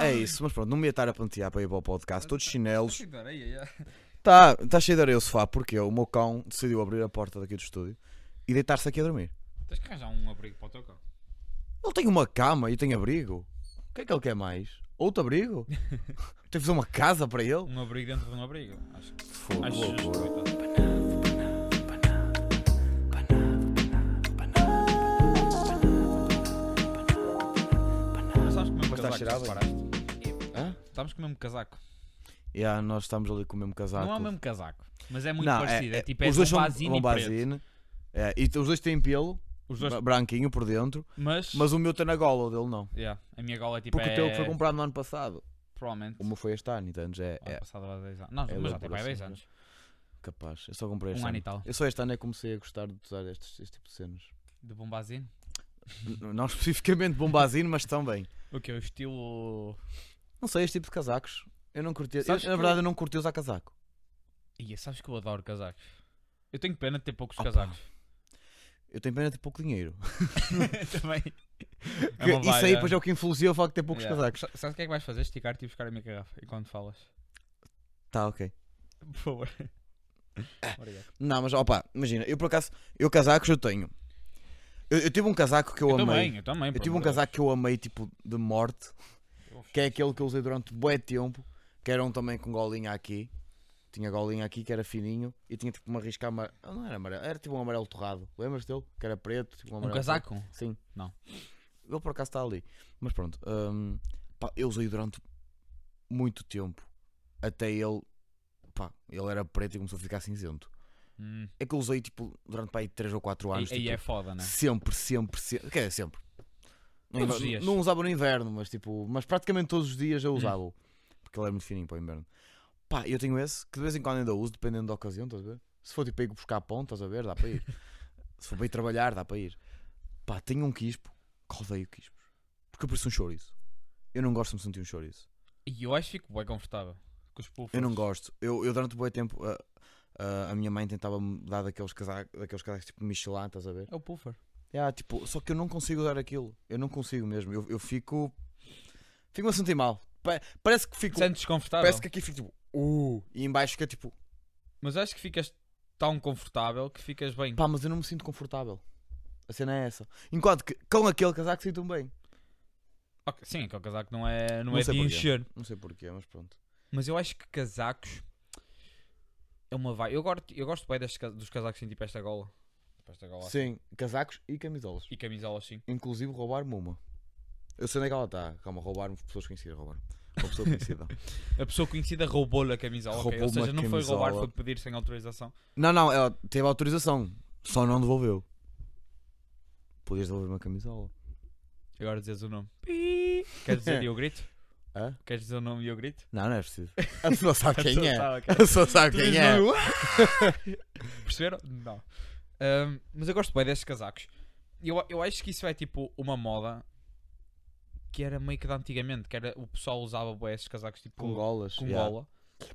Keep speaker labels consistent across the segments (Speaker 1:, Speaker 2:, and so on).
Speaker 1: É isso, mas pronto, não me ia estar a pentear para ir para o podcast, todos chinelos.
Speaker 2: Cheio de areia, yeah.
Speaker 1: Está tá cheio de areia o sofá, porque o meu cão decidiu abrir a porta daqui do estúdio e deitar-se aqui a dormir.
Speaker 2: Tens que arranjar um abrigo para o teu cão.
Speaker 1: Ele tem uma cama e tem abrigo. O que é que ele quer mais? Outro abrigo? tem que fazer uma casa para ele?
Speaker 2: Um abrigo dentro de um abrigo. Acho que.
Speaker 1: Fogo,
Speaker 2: Acho justo,
Speaker 1: loucura.
Speaker 2: coitado. Sabes que o mesmo
Speaker 1: Mas está
Speaker 2: casaco
Speaker 1: cheirado,
Speaker 2: reparaste?
Speaker 1: Hã?
Speaker 2: Estamos com o mesmo casaco.
Speaker 1: Yeah, nós estamos ali com o mesmo casaco.
Speaker 2: Não é o mesmo casaco, mas é muito
Speaker 1: Tá, Não,
Speaker 2: parecido. É, tipo, é
Speaker 1: os dois são
Speaker 2: bombazine e preto.
Speaker 1: bombazine. É, e t- os dois têm pelo,
Speaker 2: Os dois,
Speaker 1: bra- branquinho por dentro,
Speaker 2: mas,
Speaker 1: mas o meu tem na gola, o dele não.
Speaker 2: Yeah, a minha gola é tipo
Speaker 1: Porque
Speaker 2: é,
Speaker 1: o teu que foi comprado no ano passado.
Speaker 2: provavelmente
Speaker 1: O meu foi este ano, então já é,
Speaker 2: ano
Speaker 1: é
Speaker 2: passado há 10 anos. Não,
Speaker 1: é
Speaker 2: mas já tipo há
Speaker 1: elaboração,
Speaker 2: 10
Speaker 1: mas-
Speaker 2: anos.
Speaker 1: capaz. Eu só comprei este
Speaker 2: Um ano
Speaker 1: ano.
Speaker 2: e tal.
Speaker 1: Eu só este ano é que comecei a gostar de usar estes, este tipo de cenas.
Speaker 2: De bombazine. Hum.
Speaker 1: N- não especificamente bombazino, mas também.
Speaker 2: O que é o estilo.
Speaker 1: Não sei, este tipo de casacos. Eu não curti. eu-
Speaker 2: Sabes
Speaker 1: na
Speaker 2: que-
Speaker 1: verdade, eu não curti usar casaco.
Speaker 2: Ia, sabes que eu adoro casacos. Eu tenho pena de ter poucos
Speaker 1: Opa.
Speaker 2: casacos.
Speaker 1: Eu tenho pena de ter pouco dinheiro.
Speaker 2: Também. É uma
Speaker 1: Isso aí
Speaker 2: vaia.
Speaker 1: depois é o que influencia o facto de ter poucos
Speaker 2: Yeah.
Speaker 1: casacos.
Speaker 2: Sa- Sabes o que é que vais fazer? Esticar-te e buscar a minha garrafa enquanto falas.
Speaker 1: Tá, ok.
Speaker 2: Por favor. Obrigado.
Speaker 1: Não, mas opa, imagina, eu por acaso, eu casacos eu tenho. Eu, eu tive um casaco que eu,
Speaker 2: Eu
Speaker 1: amei.
Speaker 2: também, eu também.
Speaker 1: Eu tive um casaco que eu amei, tipo, de morte, que é aquele que eu usei durante bué tempo, que era um também com golinha aqui. Tinha golinha aqui, que era fininho, e tinha tipo uma risca amarela. Não era amarelo, era tipo um amarelo torrado. Lembras-te dele? Que era preto, tipo um
Speaker 2: Um
Speaker 1: amarelo.
Speaker 2: casaco?
Speaker 1: torrado. Sim.
Speaker 2: Não.
Speaker 1: Ele por acaso está ali. Mas pronto, hum, pá, eu usei durante muito tempo. Até ele, pá, ele era preto e começou a ficar cinzento.
Speaker 2: Hum.
Speaker 1: É que eu usei tipo durante para aí 3 ou 4
Speaker 2: Aí,
Speaker 1: anos.
Speaker 2: aí
Speaker 1: tipo,
Speaker 2: é foda, né?
Speaker 1: Sempre, sempre, sempre. Quer dizer, sempre. No
Speaker 2: Todos os
Speaker 1: inverno-
Speaker 2: dias. Hum.
Speaker 1: Não usava no inverno, mas tipo, mas praticamente todos os dias eu usava. o Porque ele era muito fininho para o inverno. Pá, eu tenho esse que de vez em quando ainda uso, dependendo da ocasião, estás a ver? Se for tipo para ir buscar pão, estás a ver? Dá para ir. Se for para ir trabalhar, dá para ir. Pá, tenho um quispo, que odeio quispos. Porque eu pareço um chouriço. Eu não gosto de me sentir um chouriço.
Speaker 2: E eu acho que fico bem confortável. Com os puffers.
Speaker 1: Eu não gosto. Eu, eu durante um bom tempo, a, a- a minha mãe tentava-me dar daqueles casacos, daqueles casacos tipo Michelin, estás a ver?
Speaker 2: É o puffer.
Speaker 1: Yeah, tipo, só que eu não consigo usar aquilo. Eu não consigo mesmo. Eu, eu fico. Fico-me a sentir mal. Pa- parece que fico.
Speaker 2: Sentes desconfortável.
Speaker 1: Parece que aqui fico tipo. Uh, e em baixo fica tipo.
Speaker 2: Mas acho que ficas tão confortável que ficas bem.
Speaker 1: Pá, mas eu não me sinto confortável. A cena é essa. Enquanto que com aquele casaco sinto-me bem.
Speaker 2: Ok, Sim, aquele casaco não é, não
Speaker 1: Não
Speaker 2: é
Speaker 1: sei
Speaker 2: de
Speaker 1: porquê.
Speaker 2: encher.
Speaker 1: Não sei porquê, mas pronto.
Speaker 2: Mas eu acho que casacos é uma vai. Eu, gosto- eu gosto bem destes, ca- dos casacos sem tipo esta gola. Tipo esta gola.
Speaker 1: Sim, casacos e camisolas.
Speaker 2: E camisola assim.
Speaker 1: Inclusive roubar-me uma. Eu sei onde é que ela está. Calma, roubar-me pessoas conhecidas, roubar-me. Uma pessoa conhecida.
Speaker 2: A pessoa conhecida roubou-lhe a camisola. ok?
Speaker 1: Roubou-me
Speaker 2: Ou
Speaker 1: a
Speaker 2: seja, não foi roubar,
Speaker 1: camisola.
Speaker 2: foi pedir sem autorização.
Speaker 1: não, não, ela teve autorização. Só não devolveu. Podias devolver uma camisola.
Speaker 2: Agora dizes o nome. Pi. Queres dizer e eu grito?
Speaker 1: Hã?
Speaker 2: Queres dizer o nome e eu grito?
Speaker 1: Não, não é preciso. A pessoa sabe
Speaker 2: A pessoa
Speaker 1: quem é.
Speaker 2: sabe
Speaker 1: A pessoa sabe quem é.
Speaker 2: um. Perceberam? Não. Ahm, mas eu gosto bem destes casacos. Eu, eu acho que isso é tipo uma moda que era meio que de antigamente, que era o pessoal usava bué esses casacos tipo
Speaker 1: Com golas.
Speaker 2: com
Speaker 1: yeah.
Speaker 2: gola.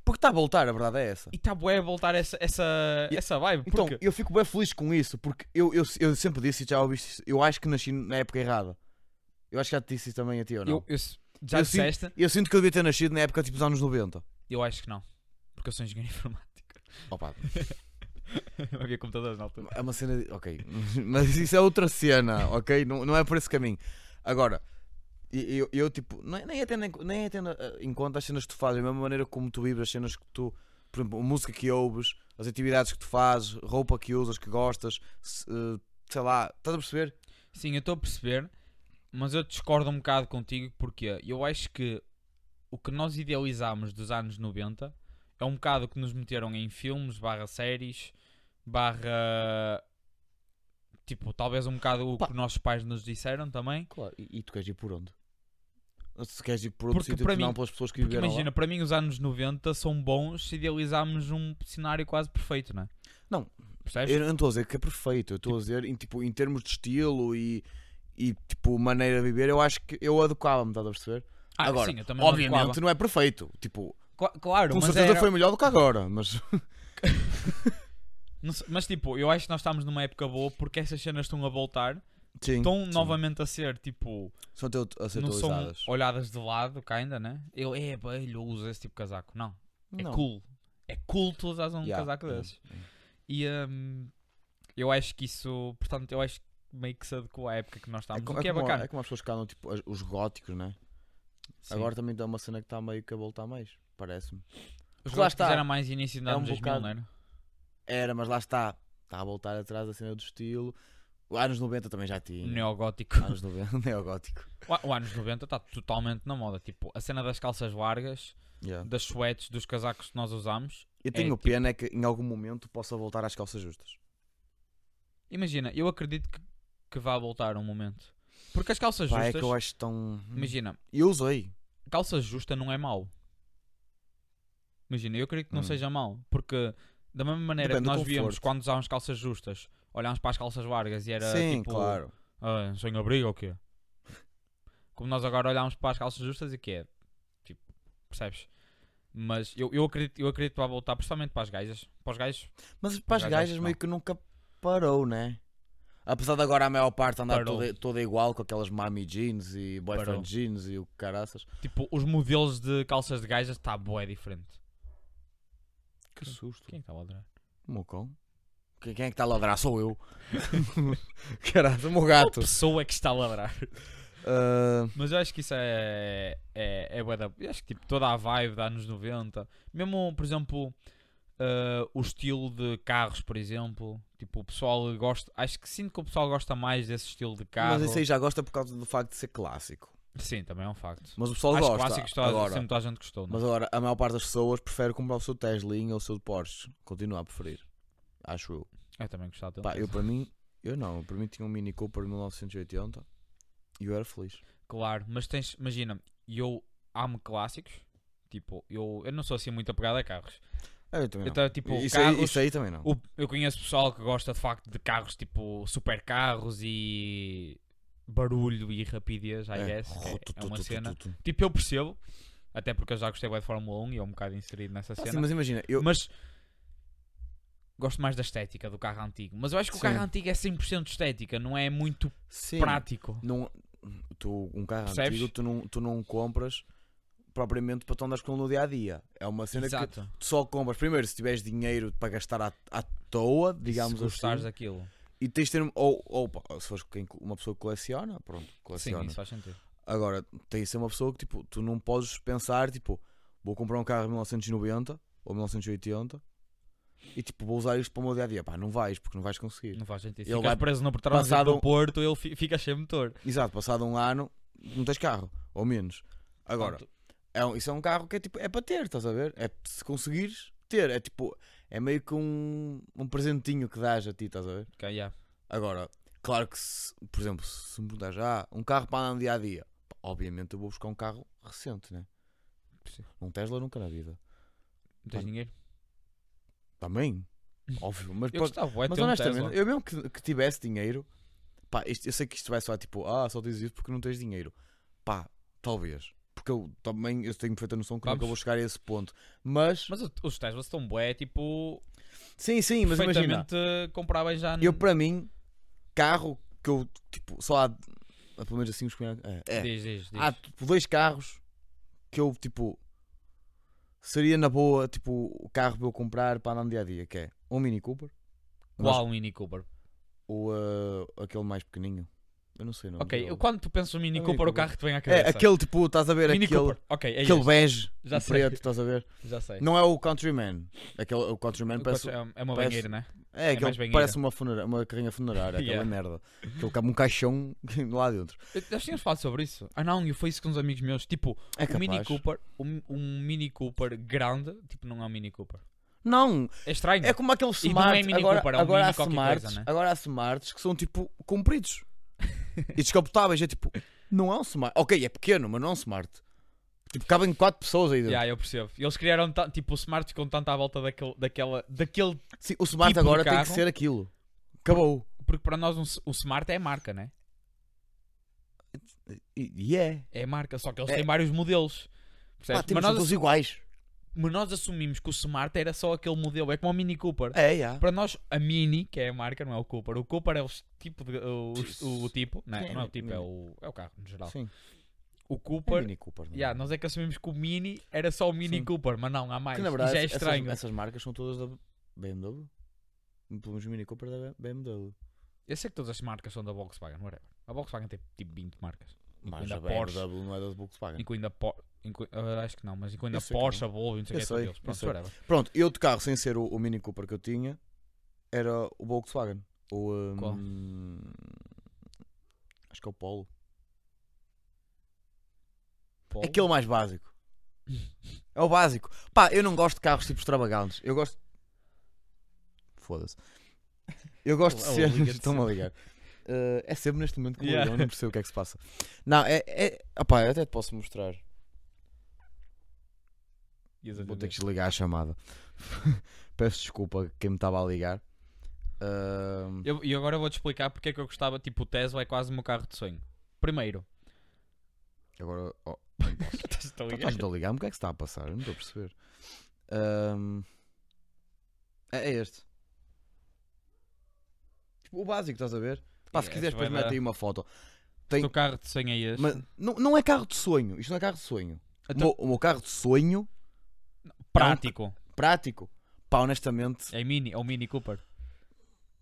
Speaker 1: Porque está a voltar, a verdade é essa.
Speaker 2: E está bué a voltar essa, essa,
Speaker 1: E-
Speaker 2: essa vibe.
Speaker 1: Então,
Speaker 2: porque
Speaker 1: eu fico bem feliz com isso, porque eu, eu, eu sempre disse e já ouviste isso. Eu acho que nasci na época errada. Eu acho que já te disse isso também a ti, ou não?
Speaker 2: eu,
Speaker 1: Eu,
Speaker 2: eu s- já
Speaker 1: Eu sinto-
Speaker 2: disseste?
Speaker 1: sinto que eu devia ter nascido na época tipo dos anos 90.
Speaker 2: Eu acho que não. Porque eu sou engenheiro informático.
Speaker 1: Opa,
Speaker 2: Não havia computadores na altura.
Speaker 1: é uma cena. de- Ok. Mas isso é outra cena, ok? Não, não é por esse caminho. Agora, e- eu, eu tipo, nem nem é tendo, em- nem é tendo eh, em conta as cenas que tu fazes, da mesma maneira como tu vives, as cenas que tu. Por exemplo, a música que ouves, as atividades que tu fazes, roupa que usas, que gostas, se, eh, sei lá, estás a perceber?
Speaker 2: Sim, eu estou a perceber, mas eu discordo um bocado contigo porque eu acho que o que nós idealizámos dos anos 90 é um bocado o que nos meteram em filmes, barra séries, barra tipo, talvez um bocado o
Speaker 1: Pá.
Speaker 2: que nossos pais nos disseram também.
Speaker 1: Claro, e, tu queres ir por onde? Se queres ir por outro
Speaker 2: Porque
Speaker 1: sítio
Speaker 2: para
Speaker 1: que não
Speaker 2: mim-
Speaker 1: pelas pessoas que
Speaker 2: Porque
Speaker 1: viveram lá.
Speaker 2: imagina, para mim os anos 90 são bons se idealizámos um cenário quase perfeito, não é?
Speaker 1: Não.
Speaker 2: Percebes?
Speaker 1: Eu não estou a dizer que é perfeito, eu estou a dizer em, tipo, em termos de estilo e, e tipo maneira de viver, eu acho que eu adequava-me, estás a perceber?
Speaker 2: Ah,
Speaker 1: agora,
Speaker 2: sim, eu também me
Speaker 1: obviamente
Speaker 2: adequava.
Speaker 1: não é perfeito, tipo,
Speaker 2: Cla- Claro,
Speaker 1: com
Speaker 2: mas
Speaker 1: certeza
Speaker 2: era-
Speaker 1: foi melhor do que agora, mas
Speaker 2: Não sei, mas tipo, eu acho que nós estamos numa época boa porque essas cenas estão a voltar
Speaker 1: Sim,
Speaker 2: estão
Speaker 1: sim.
Speaker 2: novamente a ser tipo.
Speaker 1: São teu- a ser
Speaker 2: não são
Speaker 1: atualizadas.
Speaker 2: olhadas de lado, cá ainda, né? Eu, é, velho, eu uso esse tipo de casaco. Não,
Speaker 1: Não.
Speaker 2: é cool. É cool tu usares um
Speaker 1: Yeah, é,
Speaker 2: casaco
Speaker 1: yeah,
Speaker 2: desses.
Speaker 1: yeah.
Speaker 2: E hum, eu acho que isso, portanto, eu acho que meio que se adequou à época que nós estávamos.
Speaker 1: co-
Speaker 2: o que é
Speaker 1: como,
Speaker 2: bacana.
Speaker 1: é como as pessoas ficaram tipo as- os góticos, né?
Speaker 2: Sim.
Speaker 1: Agora também dá uma cena que está meio que a voltar mais, parece-me.
Speaker 2: Os
Speaker 1: lá
Speaker 2: lá
Speaker 1: está.
Speaker 2: era mais início dos
Speaker 1: É um
Speaker 2: anos 2000,
Speaker 1: bocado-
Speaker 2: não era?
Speaker 1: Era, mas lá está. Está a voltar atrás da cena do estilo. Anos 90 também já tinha.
Speaker 2: Neogótico.
Speaker 1: Anos 90, neogótico.
Speaker 2: O, o anos 90 está totalmente na moda. Tipo, a cena das calças largas,
Speaker 1: Yeah.
Speaker 2: das suetes, dos casacos que nós usamos.
Speaker 1: Eu tenho pena é que em algum momento possa voltar às calças justas.
Speaker 2: Imagina, eu acredito que, que vá voltar um momento. Porque as calças
Speaker 1: Pá, é
Speaker 2: justas,
Speaker 1: que eu acho tão.
Speaker 2: imagina,
Speaker 1: Eu usei.
Speaker 2: calça justa não é mau. Imagina, eu acredito que não
Speaker 1: Hum.
Speaker 2: seja mau, porque da mesma maneira
Speaker 1: Depende
Speaker 2: que
Speaker 1: do
Speaker 2: nós víamos
Speaker 1: conforto.
Speaker 2: quando usávamos calças justas, olhámos para as calças largas e era
Speaker 1: Sim,
Speaker 2: tipo,
Speaker 1: claro.
Speaker 2: ah, sem abrigo ou quê? Como nós agora olhámos para as calças justas e que é, tipo, percebes? Mas eu, eu acredito, eu acredito que vai voltar, principalmente para as gajas. Para os gajos,
Speaker 1: Mas para as
Speaker 2: gajo acho
Speaker 1: gajas
Speaker 2: que
Speaker 1: meio
Speaker 2: não.
Speaker 1: que nunca parou, né? Apesar de agora a maior parte andar
Speaker 2: Parou.
Speaker 1: toda, toda igual com aquelas mami jeans e boyfriend
Speaker 2: Parou.
Speaker 1: jeans e o que caraças.
Speaker 2: tipo, os modelos de calças de gajas está boa, é diferente.
Speaker 1: Que susto.
Speaker 2: Quem é que está a ladrar?
Speaker 1: O meu cão? Quem quem é que está a ladrar? Sou eu. Caralho, o meu gato.
Speaker 2: Pessoa é que está a ladrar.
Speaker 1: Ah,
Speaker 2: Mas eu acho que isso é. É, é bué da- eu acho que tipo, toda a vibe da anos 90. Mesmo, por exemplo, eh, o estilo de carros, por exemplo. Tipo, o pessoal gosta. Acho que sinto que o pessoal gosta mais desse estilo de carro.
Speaker 1: mas isso aí já gosta por causa do facto de ser clássico.
Speaker 2: Sim, também é um facto.
Speaker 1: Mas o pessoal
Speaker 2: acho que
Speaker 1: gosta.
Speaker 2: clássicos toda,
Speaker 1: agora.
Speaker 2: sempre toda a gente gostou. não é?
Speaker 1: Mas agora, a maior parte das pessoas prefere comprar o seu Teslinha ou o seu Porsche. Continua a preferir. Acho eu.
Speaker 2: Eu também gostava dele.
Speaker 1: Pá, eu para mim, eu não. Para mim tinha um Mini Cooper de 1980 e eu era feliz.
Speaker 2: Claro, mas tens. Imagina, eu amo clássicos. Tipo, eu, eu não sou assim muito apegado a carros.
Speaker 1: É, Eu também
Speaker 2: Eu
Speaker 1: não.
Speaker 2: tava, tipo,
Speaker 1: isso,
Speaker 2: carros,
Speaker 1: aí, isso aí também não.
Speaker 2: O- eu conheço pessoal que gosta de facto de carros tipo super carros e barulho e rapidez, I
Speaker 1: É.
Speaker 2: guess. que é-
Speaker 1: Tu, tu,
Speaker 2: é uma
Speaker 1: tu, tu,
Speaker 2: cena.
Speaker 1: tu, tu.
Speaker 2: Tipo, eu percebo, até porque eu já gostei bué de Fórmula 1 e é um bocado inserido nessa
Speaker 1: Pá, Ah, sim,
Speaker 2: cena.
Speaker 1: mas imagina, eu,
Speaker 2: Mas gosto mais da estética do carro antigo. Mas eu acho que o
Speaker 1: Sim.
Speaker 2: carro antigo é 100% estética, não é muito
Speaker 1: sim,
Speaker 2: prático.
Speaker 1: não, tu, um carro
Speaker 2: Percebes?
Speaker 1: antigo tu não, tu não compras propriamente para tu andares com ele no dia a dia. É uma cena que
Speaker 2: Exato.
Speaker 1: tu só compras primeiro se tiveres dinheiro para gastar à, à toa, digamos
Speaker 2: se gostares
Speaker 1: assim.
Speaker 2: daquilo.
Speaker 1: E tens de ter. um- Ou, ou pá, se fores quem- uma pessoa que coleciona, pronto,
Speaker 2: Sim,
Speaker 1: coleciona.
Speaker 2: isso faz sentido.
Speaker 1: Agora, tem de ser uma pessoa que tipo, tu não podes pensar, tipo, vou comprar um carro em 1990 ou 1980 e tipo, vou usar isto para o meu dia a dia. Pá, não vais, porque não vais conseguir.
Speaker 2: Não faz sentido.
Speaker 1: Ele
Speaker 2: Ficas
Speaker 1: vai
Speaker 2: preso no trânsito
Speaker 1: passado-
Speaker 2: do Porto, ele fi- fica sem motor.
Speaker 1: Exato, passado um ano, não tens carro, ou menos. Agora,
Speaker 2: Portanto,
Speaker 1: é um- isso é um carro que é tipo, é para ter, estás a ver? É se conseguires ter, é tipo, é meio que um, um presentinho que dás a ti, estás a ver?
Speaker 2: ok, yeah.
Speaker 1: Agora, claro que, se, por exemplo, se me perguntares, ah, um carro para andar no dia a dia, pá, obviamente eu vou buscar um carro recente, né?
Speaker 2: Sim.
Speaker 1: Um Tesla nunca na vida.
Speaker 2: Não tens
Speaker 1: Pá,
Speaker 2: dinheiro.
Speaker 1: Também, óbvio, mas,
Speaker 2: Eu
Speaker 1: pá-
Speaker 2: gostava, bué de
Speaker 1: mas
Speaker 2: ter um
Speaker 1: honestamente,
Speaker 2: Tesla.
Speaker 1: eu mesmo que, que tivesse dinheiro, pá, isto- eu sei que isto vai soar tipo, ah, só dizes isso porque não tens dinheiro, pá, talvez, porque eu também eu tenho perfeita noção que nunca
Speaker 2: Vamos.
Speaker 1: vou chegar a esse ponto, mas,
Speaker 2: Mas o- os Teslas estão bué, tipo,
Speaker 1: sim, sim, mas imagina,
Speaker 2: perfeitamente comparáveis já. n-
Speaker 1: eu para mim, carro que eu, tipo, só há, há pelo menos assim, uns conhe- é, é,
Speaker 2: Diz, diz, diz.
Speaker 1: há tipo, dois carros que eu tipo seria na boa tipo o carro para eu comprar para andar no dia a dia que é um Mini Cooper
Speaker 2: Qual um Mini
Speaker 1: É
Speaker 2: Cooper?
Speaker 1: ou ah, aquele mais pequenininho eu não sei o nome
Speaker 2: Ok,
Speaker 1: dele.
Speaker 2: eu- quando tu pensas no Mini
Speaker 1: É um Mini
Speaker 2: Cooper, o
Speaker 1: Cooper.
Speaker 2: carro que te vem à
Speaker 1: é
Speaker 2: cabeça.
Speaker 1: aquele tipo estás a ver
Speaker 2: Mini
Speaker 1: aquele
Speaker 2: Cooper. Ok, é
Speaker 1: aquele
Speaker 2: este.
Speaker 1: bege
Speaker 2: Já
Speaker 1: um
Speaker 2: sei.
Speaker 1: preto estás a ver
Speaker 2: Já sei.
Speaker 1: não é o Countryman aquele o Countryman
Speaker 2: O
Speaker 1: parece
Speaker 2: coche é, é uma
Speaker 1: parece-
Speaker 2: banheira, né?
Speaker 1: é, aquele
Speaker 2: mais
Speaker 1: que
Speaker 2: banheiro.
Speaker 1: parece uma funera- uma carrinha funerária aquela
Speaker 2: Yeah.
Speaker 1: merda aquele cabe um caixão lá dentro
Speaker 2: Eu- Nós tínhamos falado sobre isso. Ah não, eu fui isso com uns amigos meus. Tipo,
Speaker 1: é
Speaker 2: o
Speaker 1: capaz
Speaker 2: Mini Cooper, um, um Mini Cooper grande, tipo, não é um Mini Cooper.
Speaker 1: não
Speaker 2: É estranho.
Speaker 1: É como aqueles
Speaker 2: E não é
Speaker 1: smarts.
Speaker 2: Mini
Speaker 1: agora,
Speaker 2: Cooper, é um
Speaker 1: agora,
Speaker 2: Mini
Speaker 1: há
Speaker 2: qualquer
Speaker 1: smarts
Speaker 2: coisa, né?
Speaker 1: agora há smarts que são tipo compridos e descapotáveis. É tipo, não é um smart. Ok, é pequeno, mas não é um smart. Tipo, cabem 4 pessoas aí dentro.
Speaker 2: Yeah, eu percebo. Eles criaram, ta- tipo, o Smart ficou tanto à volta daquele, daquela, daquele...
Speaker 1: Sim, o smart
Speaker 2: tipo de
Speaker 1: agora tem que
Speaker 2: carro.
Speaker 1: ser aquilo. Acabou.
Speaker 2: Porque para nós um s- o Smart é a marca, né?
Speaker 1: E e é.
Speaker 2: É a marca, só que eles
Speaker 1: É.
Speaker 2: têm vários modelos.
Speaker 1: Pá,
Speaker 2: Percebes?
Speaker 1: temos
Speaker 2: Mas nós
Speaker 1: todos iguais.
Speaker 2: Mas nós assumimos que o Smart era só aquele modelo, é como o Mini Cooper.
Speaker 1: É, já.
Speaker 2: Para nós, a Mini, que é a marca, não é o Cooper. O Cooper é o tipo, de, o, o- o tipo não é, não é o tipo, é o, é o carro no geral.
Speaker 1: Sim.
Speaker 2: O
Speaker 1: É
Speaker 2: Cooper,
Speaker 1: Mini Cooper. não é?
Speaker 2: yeah, nós é que assumimos que o Mini era só o Mini
Speaker 1: Sim.
Speaker 2: Cooper, mas não, há mais.
Speaker 1: Que na verdade,
Speaker 2: Isso é
Speaker 1: essas-
Speaker 2: estranho.
Speaker 1: Essas, marcas são todas da BMW. Pelo menos o Mini Cooper da BMW.
Speaker 2: Eu sei que todas as marcas são da Volkswagen, whatever. A Volkswagen tem tipo 20 marcas.
Speaker 1: Mas
Speaker 2: Ainda
Speaker 1: a
Speaker 2: Porsche.
Speaker 1: BMW não é da Volkswagen.
Speaker 2: Incluindo a Porsche. ah, acho que não, mas incluindo
Speaker 1: Eu
Speaker 2: a
Speaker 1: sei que
Speaker 2: Porsche, a Volvo, não sei o que
Speaker 1: Eu
Speaker 2: é
Speaker 1: sei,
Speaker 2: tudo deles.
Speaker 1: eu
Speaker 2: Pronto,
Speaker 1: sei.
Speaker 2: whatever.
Speaker 1: Pronto, eu de carro sem ser o, o Mini Cooper que eu tinha era o Volkswagen. O. hum,
Speaker 2: Qual?
Speaker 1: Acho que é o Polo.
Speaker 2: Polo.
Speaker 1: Aquele mais básico. É o básico. Pá, eu não gosto de carros tipo extravagantes. Eu gosto. Foda-se. Eu gosto de
Speaker 2: Oh,
Speaker 1: ser.
Speaker 2: liga-te
Speaker 1: Estão-me a ligar. Uh, é sempre neste momento que me
Speaker 2: Yeah.
Speaker 1: ligam, eu não percebo o que é que se passa. Não, é. é... Opá, eu até te posso mostrar.
Speaker 2: Ias
Speaker 1: Vou ter
Speaker 2: atender.
Speaker 1: que desligar a chamada. Peço desculpa a quem me estava a ligar. Uh,
Speaker 2: Eu- E agora eu vou-te explicar porque é que eu gostava, tipo, o Tesla é quase o meu carro de sonho. Primeiro,
Speaker 1: Agora. Oh,
Speaker 2: estás a
Speaker 1: pá,
Speaker 2: ligar?
Speaker 1: Estás-me a ligar? O que é que se está a passar? Eu não estou a perceber. Um, é, é este. Tipo, o básico, estás a ver? Pá, se
Speaker 2: Yeah,
Speaker 1: quiseres,
Speaker 2: este É, vai
Speaker 1: depois mete
Speaker 2: dar-
Speaker 1: aí uma foto.
Speaker 2: O teu carro de sonho é este.
Speaker 1: Mas não, não é carro de sonho. Isto não é carro de sonho. O
Speaker 2: Então,
Speaker 1: meu- O meu carro de sonho, um
Speaker 2: prático.
Speaker 1: prático. Pá, honestamente,
Speaker 2: É mini, é o Mini Cooper.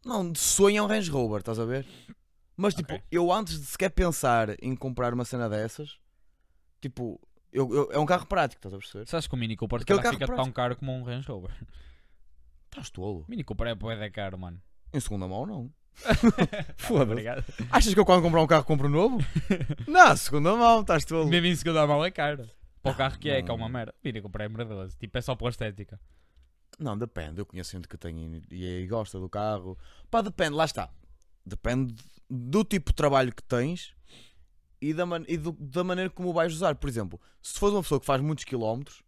Speaker 1: Não, de sonho é um Range Rover, estás a ver? Mas tipo,
Speaker 2: Ok.
Speaker 1: eu antes de sequer pensar em comprar uma cena dessas, tipo, eu, eu- é um carro prático, estás a perceber?
Speaker 2: Sabes que o Mini Cooper se
Speaker 1: Aquele
Speaker 2: calhar
Speaker 1: carro
Speaker 2: fica tão
Speaker 1: prático.
Speaker 2: caro como um Range Rover.
Speaker 1: Estás tolo.
Speaker 2: O Mini Cooper é bué caro, mano.
Speaker 1: Em segunda mão, não.
Speaker 2: Foda-se. Obrigado.
Speaker 1: Achas que eu quando comprar um carro compro novo? não, segunda mão, estás tolo.
Speaker 2: Mesmo em segunda mão é caro. Para o
Speaker 1: Não,
Speaker 2: carro que é, que é
Speaker 1: Ah, não.
Speaker 2: uma merda. Mini Cooper é merdoso. Tipo, é só pela estética.
Speaker 1: Não, depende. Eu conheço gente que tem e, e gosta do carro. Pá, depende, lá está. Depende do tipo de trabalho que tens e da, man- e do- da maneira como o vais usar. Por exemplo, se fores uma pessoa que faz muitos quilómetros,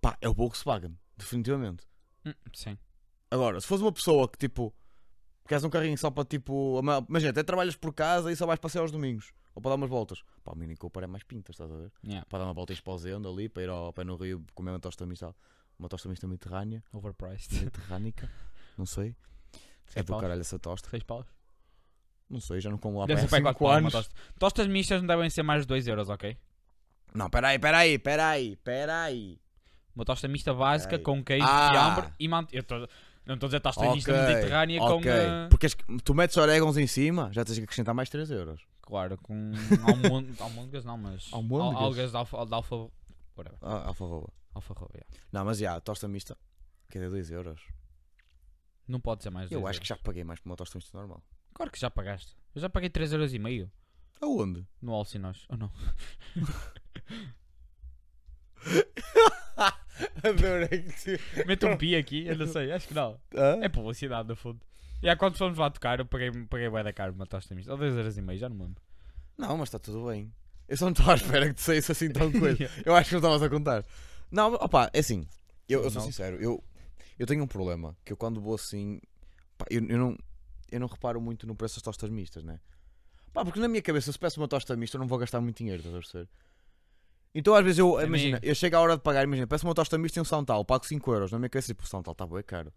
Speaker 1: pá, é o Volkswagen, definitivamente.
Speaker 2: Hum, sim.
Speaker 1: Agora, se fores uma pessoa que tipo queres um carrinho só para tipo. a ma- Imagina, até trabalhas por casa e só vais passear aos domingos ou para dar umas voltas. Pá, o Mini Cooper é mais pintas, estás a ver?
Speaker 2: Yeah.
Speaker 1: Para dar uma volta exposendo ali, para ir ao pé no Rio comer uma tosta mista, uma tosta mista mediterrânea,
Speaker 2: Overpriced.
Speaker 1: mediterrânica, não sei. É
Speaker 2: Seis
Speaker 1: do
Speaker 2: paus.
Speaker 1: caralho essa tosta.
Speaker 2: 6 paus.
Speaker 1: Não sei, já não como lá
Speaker 2: Deve
Speaker 1: para
Speaker 2: ser para
Speaker 1: 5
Speaker 2: 4 anos.
Speaker 1: anos.
Speaker 2: Tosta. Tostas mistas não devem ser mais de 2 euros, ok?
Speaker 1: Não, peraí, peraí, peraí, peraí.
Speaker 2: Uma tosta mista básica
Speaker 1: Ei.
Speaker 2: com queijo,
Speaker 1: Ah.
Speaker 2: fiambre e manteiga. Eu tô- Não estou a dizer tosta mista
Speaker 1: Ok,
Speaker 2: mediterrânea
Speaker 1: ok,
Speaker 2: com... ah,
Speaker 1: porque as- tu metes orégãos em cima, já tens que acrescentar mais 3 euros.
Speaker 2: Claro, com almond- almôndegas não, mas...
Speaker 1: Almôndegas?
Speaker 2: al- Algas de alfa... De alfa... Whatever.
Speaker 1: Ah, alfarroba.
Speaker 2: Alfarroba, yeah.
Speaker 1: Não, mas já, a tosta mista, que é 2 euros.
Speaker 2: Não pode ser mais de
Speaker 1: Eu
Speaker 2: dois
Speaker 1: acho que
Speaker 2: euros.
Speaker 1: já paguei mais por uma tosta mista normal.
Speaker 2: Claro que já pagaste. Eu já paguei 3 euros e meio
Speaker 1: Aonde?
Speaker 2: no Alcinós. Ou não?
Speaker 1: Adorei é que tu...
Speaker 2: Mete um pi aqui, eu não sei, acho que não. É publicidade, no fundo. E há quando fomos lá tocar, eu paguei, paguei bué da cara uma tosta mista. Ou 2 euros e meio, já não me lembro.
Speaker 1: Não, mas está tudo bem. Eu só não estava à espera que tu saísse assim tão coisa. Eu acho que não estavas a contar. Não, opá, é assim. Eu, eu sou
Speaker 2: Não.
Speaker 1: sincero, eu, eu tenho um problema que eu quando vou assim. pá, eu, eu não, eu não reparo muito no preço das tostas mistas, né? Pá, porque na minha cabeça, se peço uma tosta mista, eu não vou gastar muito dinheiro, estás a perceber? Então às vezes
Speaker 2: É
Speaker 1: eu, imagina, eu chego à hora de pagar, imagina, peço uma tosta mista e um santal, pago 5 euros. Na minha cabeça, tipo, o santal está bem caro.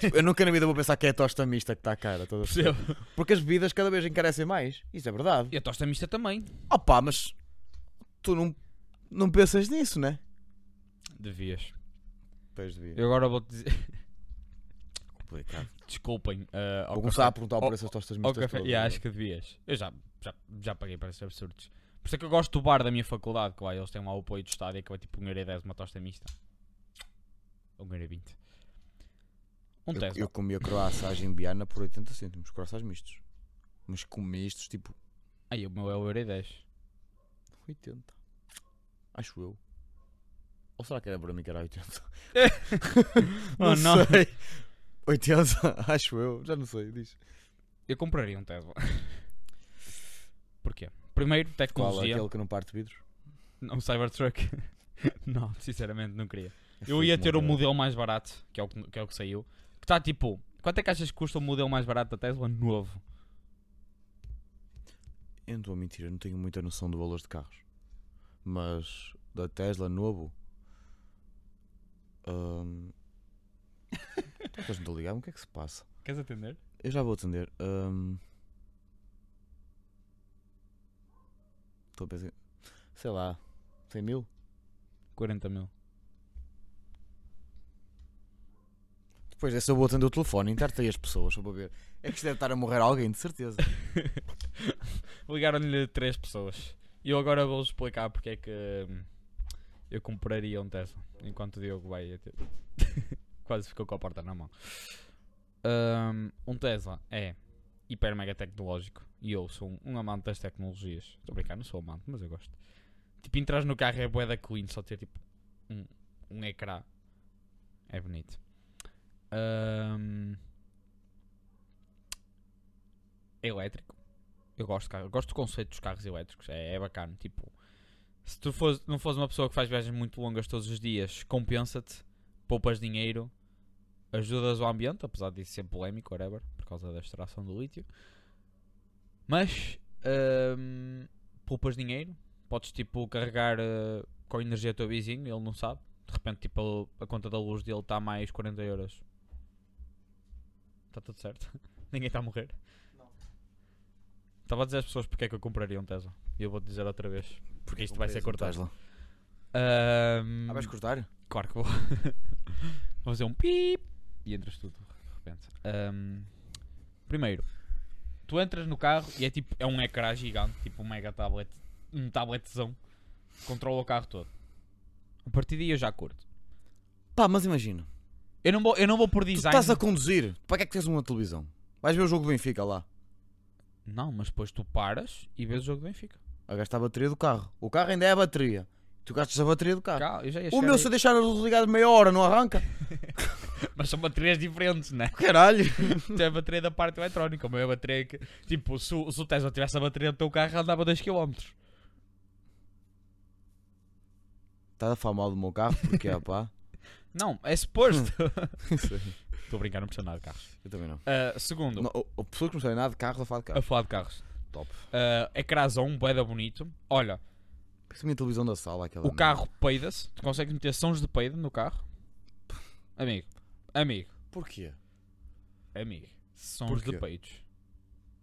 Speaker 1: Tipo, eu nunca na vida vou pensar que é a tosta mista que está cara, estás a perceber?
Speaker 2: Percebo.
Speaker 1: Porque as bebidas cada vez encarecem mais. Isso é verdade.
Speaker 2: E a tosta mista também.
Speaker 1: Opá, mas tu não, não pensas nisso, né?
Speaker 2: Devias.
Speaker 1: Pois devia.
Speaker 2: Eu agora vou-te dizer...
Speaker 1: Complicado.
Speaker 2: Desculpem. ah, ao
Speaker 1: Vou começar a
Speaker 2: café-
Speaker 1: perguntar
Speaker 2: ao-
Speaker 1: por essas tostas
Speaker 2: ao
Speaker 1: mistas
Speaker 2: café.
Speaker 1: todas,
Speaker 2: Yeah,
Speaker 1: né?
Speaker 2: acho que devias. Eu já, já, já paguei para esses absurdos. Por isso é que eu gosto do bar da minha faculdade, que lá eles têm lá o apoio do estádio, que é tipo 1,10€ uma tosta mista. Ou 1,20€. Um
Speaker 1: eu,
Speaker 2: Tesla.
Speaker 1: eu comia croissage em Biana por 80 cêntimos, croissage mistos. Mas com mistos, tipo,
Speaker 2: Aí o meu é 1,10€.
Speaker 1: 80. Acho eu. Ou será que era para mim que era 80?
Speaker 2: Oh, não.
Speaker 1: sei. 80, acho eu. Já não sei, diz.
Speaker 2: Eu compraria um Tesla. Porquê? Primeiro,
Speaker 1: Qual é
Speaker 2: tecnologia.
Speaker 1: aquele que não parte vidros?
Speaker 2: Não, um Cybertruck. não, sinceramente não queria.
Speaker 1: É
Speaker 2: Eu
Speaker 1: feito
Speaker 2: ia
Speaker 1: uma
Speaker 2: ter um o
Speaker 1: merda.
Speaker 2: modelo mais barato, que é o que, que é o que saiu. Que está tipo. Quanto é que achas que custa o modelo mais barato da Tesla novo?
Speaker 1: Eu não estou a mentir, eu não tenho muita noção de valores de carros. Mas da Tesla novo, Ahm, Estás muito ligado? O que é que se passa?
Speaker 2: Queres atender?
Speaker 1: Eu já vou atender. hum. ahm. Estou a pensar. Sei lá, 100 mil?
Speaker 2: 40 mil.
Speaker 1: Depois dessa eu vou atender o telefone, entartei as pessoas, só para ver. É que isto deve estar a morrer alguém, de certeza.
Speaker 2: Ligaram-lhe três pessoas. E eu agora vou explicar porque é que hum, eu compraria um Tesla. Enquanto o Diogo vai. até- Quase ficou com a porta na mão. Hum, Um, Tesla é hiper mega tecnológico. E eu sou um, um amante das tecnologias. Estou a brincar, não sou amante, mas eu gosto. Tipo, entras no carro é bué da clean, só ter tipo um, um ecrã. É bonito. Hum, é elétrico. Eu gosto, de carro- eu gosto do conceito dos carros elétricos, é, é bacana. Tipo, se tu fores- não fores uma pessoa que faz viagens muito longas todos os dias, compensa-te, poupas dinheiro, ajudas o ambiente, apesar de isso ser polémico, whatever, por causa da extração do lítio. Mas, hum, poupas dinheiro, podes tipo carregar eh, com energia o teu vizinho, ele não sabe. De repente, tipo, a, a conta da luz dele está mais 40 euros. Está tudo certo. Ninguém está a morrer. Estava a dizer às pessoas porque é que eu compraria um Tesla. E eu vou dizer outra vez. Porque isto vai ser cortado. Hum.
Speaker 1: Tesla.
Speaker 2: Ahm,
Speaker 1: Ah, vais cortar?
Speaker 2: Claro que vou. vou fazer um pip e entras tudo de repente. Ahm, primeiro, tu entras no carro e é tipo é um ecrã gigante, tipo um mega tablet, um tabletzão, controla o carro todo. A partir daí eu já curto.
Speaker 1: Pá, mas imagina.
Speaker 2: Eu não vou, eu não vou por
Speaker 1: Tu
Speaker 2: design.
Speaker 1: estás a conduzir. Para que é que tens uma televisão? Vais ver o jogo do Benfica lá.
Speaker 2: Não, mas depois tu paras e vês o jogo do Benfica.
Speaker 1: A gastar a bateria do carro. O carro ainda é a bateria. Tu gastas a bateria do carro.
Speaker 2: Cá, eu já ia
Speaker 1: Ah. O
Speaker 2: chegar
Speaker 1: meu,
Speaker 2: aí.
Speaker 1: se eu deixar a luz ligada meia hora, não arranca?
Speaker 2: Mas são baterias diferentes, né?
Speaker 1: Caralho!
Speaker 2: Tu é a bateria da parte eletrónica, o meu é a bateria que. Tipo, se o, se o Tesla tivesse a bateria do teu carro, andava 2km.
Speaker 1: Estás a falar mal do meu carro? Porque é, pá.
Speaker 2: Não, é suposto.
Speaker 1: Isso aí.
Speaker 2: Estou Hum. a brincar, não percebo nada de carros.
Speaker 1: Eu também não.
Speaker 2: Ah, segundo,
Speaker 1: não o, o pessoa que não sabe nada de carro, está a falar de
Speaker 2: a
Speaker 1: carro.
Speaker 2: falar de carros.
Speaker 1: Top.
Speaker 2: Ah, ecrãzão, boeda bonito. Olha,
Speaker 1: Parece a minha televisão da sala, aquela.
Speaker 2: o
Speaker 1: merda.
Speaker 2: carro peida-se. Tu consegues meter sons de peido no carro? Amigo, amigo,
Speaker 1: Porquê?
Speaker 2: amigo. Sons
Speaker 1: Porquê?
Speaker 2: de peidos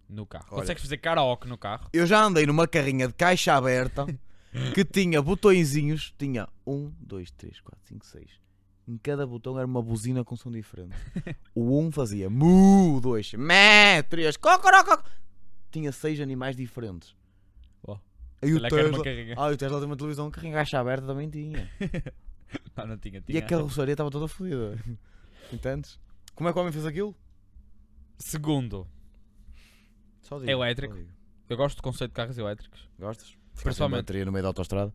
Speaker 2: no carro.
Speaker 1: Olha.
Speaker 2: Consegues fazer karaoke no carro?
Speaker 1: Eu já andei numa carrinha de caixa aberta que tinha botõezinhos. Tinha um, dois, três, quatro, cinco, seis. Em cada botão era uma buzina com som diferente. O um fazia mu, dois, mé, três, cocorocó. Tinha seis animais diferentes.
Speaker 2: Ó.
Speaker 1: Aí o
Speaker 2: Oh, Olha, quero uma
Speaker 1: Tesla-
Speaker 2: carrinha.
Speaker 1: Ah, o Tesla tem uma televisão que em caixa aberta também tinha.
Speaker 2: Não, não tinha,
Speaker 1: E
Speaker 2: tinha.
Speaker 1: a carroçaria estava toda fodida. Entendes? Como é que o homem fez aquilo?
Speaker 2: Segundo,
Speaker 1: Só
Speaker 2: É elétrico.
Speaker 1: só digo.
Speaker 2: eu gosto do conceito de carros elétricos.
Speaker 1: Gostas? Principalmente.
Speaker 2: Principalmente.
Speaker 1: bateria no meio da autostrada.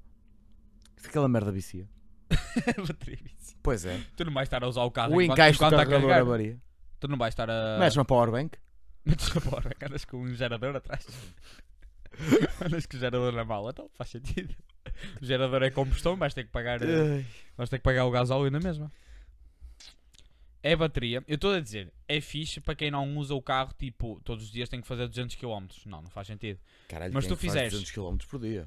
Speaker 1: Se aquela merda vicia.
Speaker 2: bateria vicia.
Speaker 1: Pois é.
Speaker 2: Tu não vais estar a usar o carro
Speaker 1: o
Speaker 2: enquanto-
Speaker 1: encaixe do
Speaker 2: enquanto está a
Speaker 1: carregador
Speaker 2: carregar.
Speaker 1: avaria.
Speaker 2: Tu não vais estar a.
Speaker 1: Metes uma powerbank.
Speaker 2: Metes na borda, andas com um gerador atrás. andas com o gerador na mala, então faz sentido. O gerador é combustão, vais ter que pagar. eh,
Speaker 1: Ai.
Speaker 2: Vais ter que pagar o gás óleo na mesma. É bateria. Eu estou a dizer, é fixe para quem não usa o carro, tipo, todos os dias tem que fazer 200 km. Não, não faz sentido.
Speaker 1: Caralho,
Speaker 2: Mas tu
Speaker 1: quem é que faz
Speaker 2: fizeres.
Speaker 1: 200 km por dia.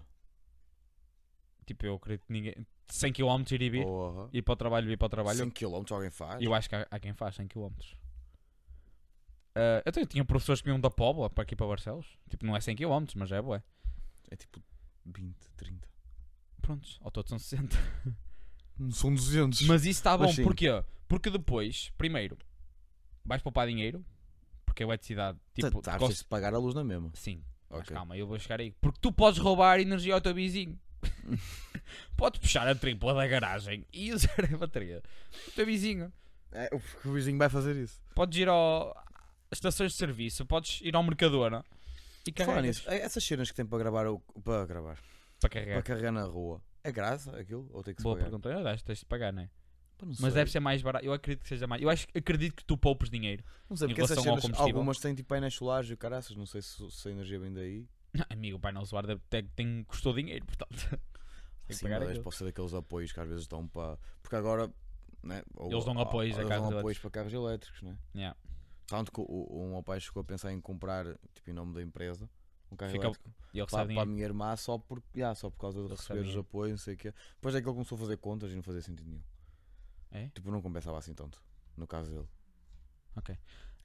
Speaker 2: Tipo, eu acredito que ninguém. 100 km ir e vir.
Speaker 1: Porra.
Speaker 2: Ir para o trabalho, ir para o trabalho.
Speaker 1: 100 km alguém faz.
Speaker 2: Eu acho que há, há quem faz 100 km. Ah, eu, tenho, tinha professores que vinham da Póvoa para aqui para Barcelos. Tipo, não é 100 km, mas é bué.
Speaker 1: É tipo 20, 30.
Speaker 2: Prontos, ao todo são 60.
Speaker 1: Hum, São 200.
Speaker 2: Mas isso está bom,
Speaker 1: Mas sim.
Speaker 2: porquê? Porque depois, primeiro, vais poupar dinheiro, porque é a eletricidade, tipo,
Speaker 1: Sabes,
Speaker 2: cons-
Speaker 1: tá, tens de pagar a luz na mesma.
Speaker 2: sim, mas
Speaker 1: Ok.
Speaker 2: calma, eu vou chegar aí. Porque tu podes roubar energia ao teu vizinho. podes puxar a tripla da garagem e usar a bateria do teu vizinho.
Speaker 1: É, o- porque o vizinho vai fazer isso.
Speaker 2: Podes ir ao às estações de serviço, podes ir ao Mercadona e
Speaker 1: Falar
Speaker 2: carregar
Speaker 1: nisso, é- essas cenas que tem para gravar, o- para gravar,
Speaker 2: para carregar.
Speaker 1: para carregar na rua, é graça aquilo? Ou tem que se
Speaker 2: Boa
Speaker 1: pagar?
Speaker 2: pergunta, eu acho que tens de pagar, né?
Speaker 1: Pá, não
Speaker 2: Mas
Speaker 1: sei.
Speaker 2: deve ser mais barato. Eu acredito que seja mais. Eu acho, acredito que tu poupes dinheiro.
Speaker 1: Não sei,
Speaker 2: Em
Speaker 1: porque essas
Speaker 2: relação ao
Speaker 1: cenas,
Speaker 2: combustível.
Speaker 1: algumas têm tipo painéis solares e o caraças, não sei se, se a energia vem daí.
Speaker 2: Não, amigo, o painel solar deve ter- tem, custou dinheiro, portanto. Tem que
Speaker 1: Sim,
Speaker 2: pagar
Speaker 1: mas
Speaker 2: aquilo.
Speaker 1: pode ser daqueles apoios que às vezes dão para. Porque agora. Né, ou-
Speaker 2: Eles dão
Speaker 1: ou-
Speaker 2: apoios a
Speaker 1: eles
Speaker 2: carros
Speaker 1: dão apoios
Speaker 2: elétricos.
Speaker 1: para carros elétricos, né?
Speaker 2: Yeah.
Speaker 1: Tanto que o- o- um meu pai chegou a pensar em comprar, tipo, em nome da empresa, um carro
Speaker 2: Fica-
Speaker 1: elétrico
Speaker 2: E ele
Speaker 1: para,
Speaker 2: recebe
Speaker 1: para a
Speaker 2: dinheiro.
Speaker 1: minha irmã só, por, yeah, só por causa de
Speaker 2: Ele recebe
Speaker 1: receber os
Speaker 2: dinheiro.
Speaker 1: apoios, não sei o quê. Depois é que ele começou a fazer contas e não fazia sentido nenhum.
Speaker 2: É?
Speaker 1: Tipo, não compensava assim tanto. No caso dele.